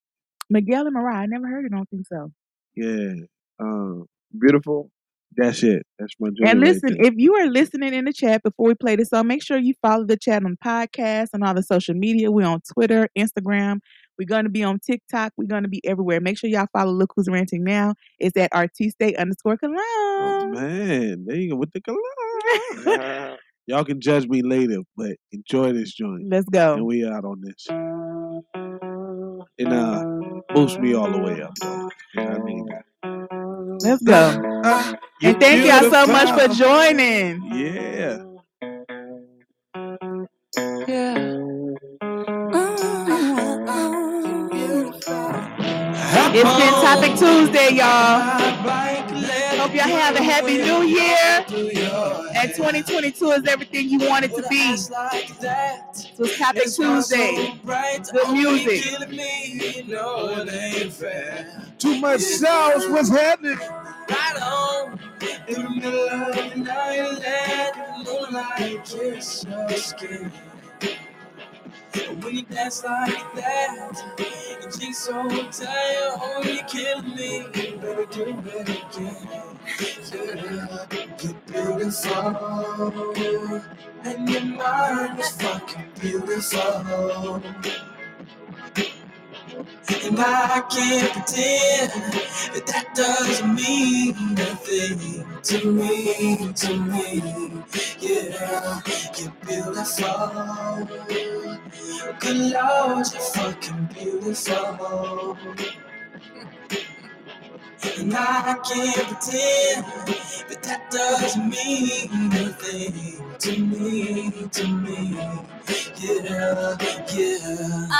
Speaker 3: Miguel and Mariah, I never heard it. I don't think so.
Speaker 2: Yeah, um,
Speaker 4: Beautiful.
Speaker 2: that's it. That's my
Speaker 3: And
Speaker 2: joint right
Speaker 3: listen,
Speaker 2: there.
Speaker 3: if you are listening in the chat before we play this song, make sure you follow the chat on podcast and all the social media. We're on Twitter, Instagram. We're going to be on TikTok. We're going to be everywhere. Make sure y'all follow Look Who's Ranting Now. It's at Artiste underscore
Speaker 2: Oh
Speaker 3: [LAUGHS] Cologne.
Speaker 2: man, there you go with the color.
Speaker 3: [LAUGHS]
Speaker 4: Yeah.
Speaker 2: [LAUGHS] Y'all can judge me later, but enjoy this joint,
Speaker 3: Let's go.
Speaker 2: and we out on this, and uh, boost me all the way up, though, 'cause I need that.
Speaker 3: Let's go.
Speaker 2: Ah,
Speaker 3: Oh. And
Speaker 2: you
Speaker 3: thank y'all so much for
Speaker 2: beautiful.
Speaker 3: joining.
Speaker 2: Yeah.
Speaker 3: It's been Topic Tuesday, y'all. Hope y'all have a happy new year. And 2022 is everything you want it to be. So
Speaker 7: like that.
Speaker 3: it's Topic
Speaker 7: It's all
Speaker 3: Tuesday.
Speaker 7: so bright.
Speaker 3: Good
Speaker 7: only
Speaker 3: music.
Speaker 7: killing me. You know it ain't fair.
Speaker 2: Too much sauce. What's happening?
Speaker 7: Right on. In the middle of the night, let the moonlight kiss your skin.
Speaker 1: when you dance like that, you cheek so tight, oh, you kill me. Baby, do it better again. Yeah. You're beautiful, and your mind is fucking beautiful. And I can't pretend that that doesn't mean nothing to me, to me. Yeah, you're beautiful. Good Lord, you're fucking beautiful. And I can't pretend that that doesn't mean nothing to me, to me. Yeah, yeah. I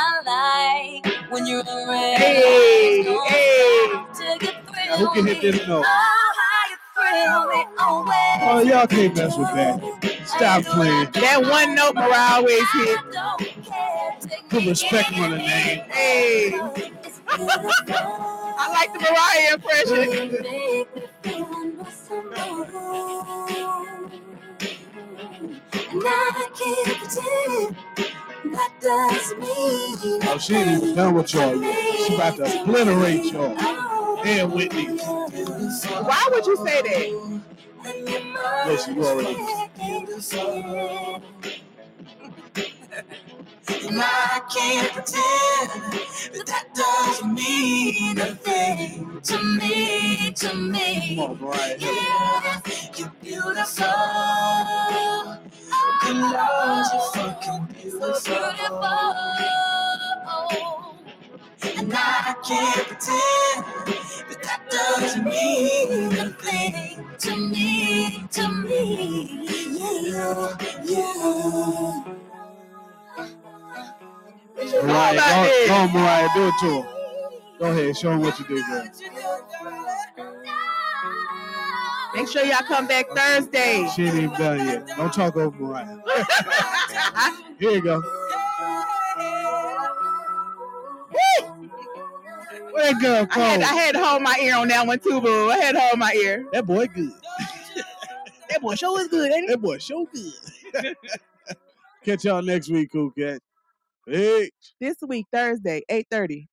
Speaker 1: like when you're in red.
Speaker 7: Hey,
Speaker 1: Don't
Speaker 7: hey.
Speaker 1: stop till you
Speaker 2: Now, who can hit
Speaker 1: thrill me.
Speaker 2: this note?
Speaker 1: Oh, how you thrill me always.
Speaker 2: Oh, y'all can't mess with that. Stop playing.
Speaker 3: That one note Mariah always hit.
Speaker 2: Put respect on the name.
Speaker 3: Hey, I like the Mariah impression.
Speaker 2: Oh, she ain't even done with y'all yet. She about to obliterate y'all. And Whitney.
Speaker 3: Why would you say that?
Speaker 2: Listen, you already.
Speaker 1: And I can't pretend that that doesn't mean a thing to me, to
Speaker 2: Come
Speaker 1: me.
Speaker 2: on, Brian.
Speaker 1: Yeah, you're beautiful. Good Lord, you're fucking beautiful. And I can't pretend that that doesn't mean a thing to me, to me. Yeah, yeah.
Speaker 2: Mariah, go, go on, Mariah, do it to her. Go ahead, show 'em what you do, girl.
Speaker 3: Make sure y'all come back Thursday.
Speaker 2: She ain't even done yet. Don't talk over Mariah. Here you go. Where that girl
Speaker 3: I had
Speaker 2: go?
Speaker 3: I had to hold my ear on that one too, boo. I had to hold my ear.
Speaker 2: That boy good.
Speaker 3: That boy show is good, ain't it?
Speaker 2: That boy so good. [LAUGHS] Catch y'all next week, cool cat. Hey.
Speaker 3: This week, Thursday, 8.30.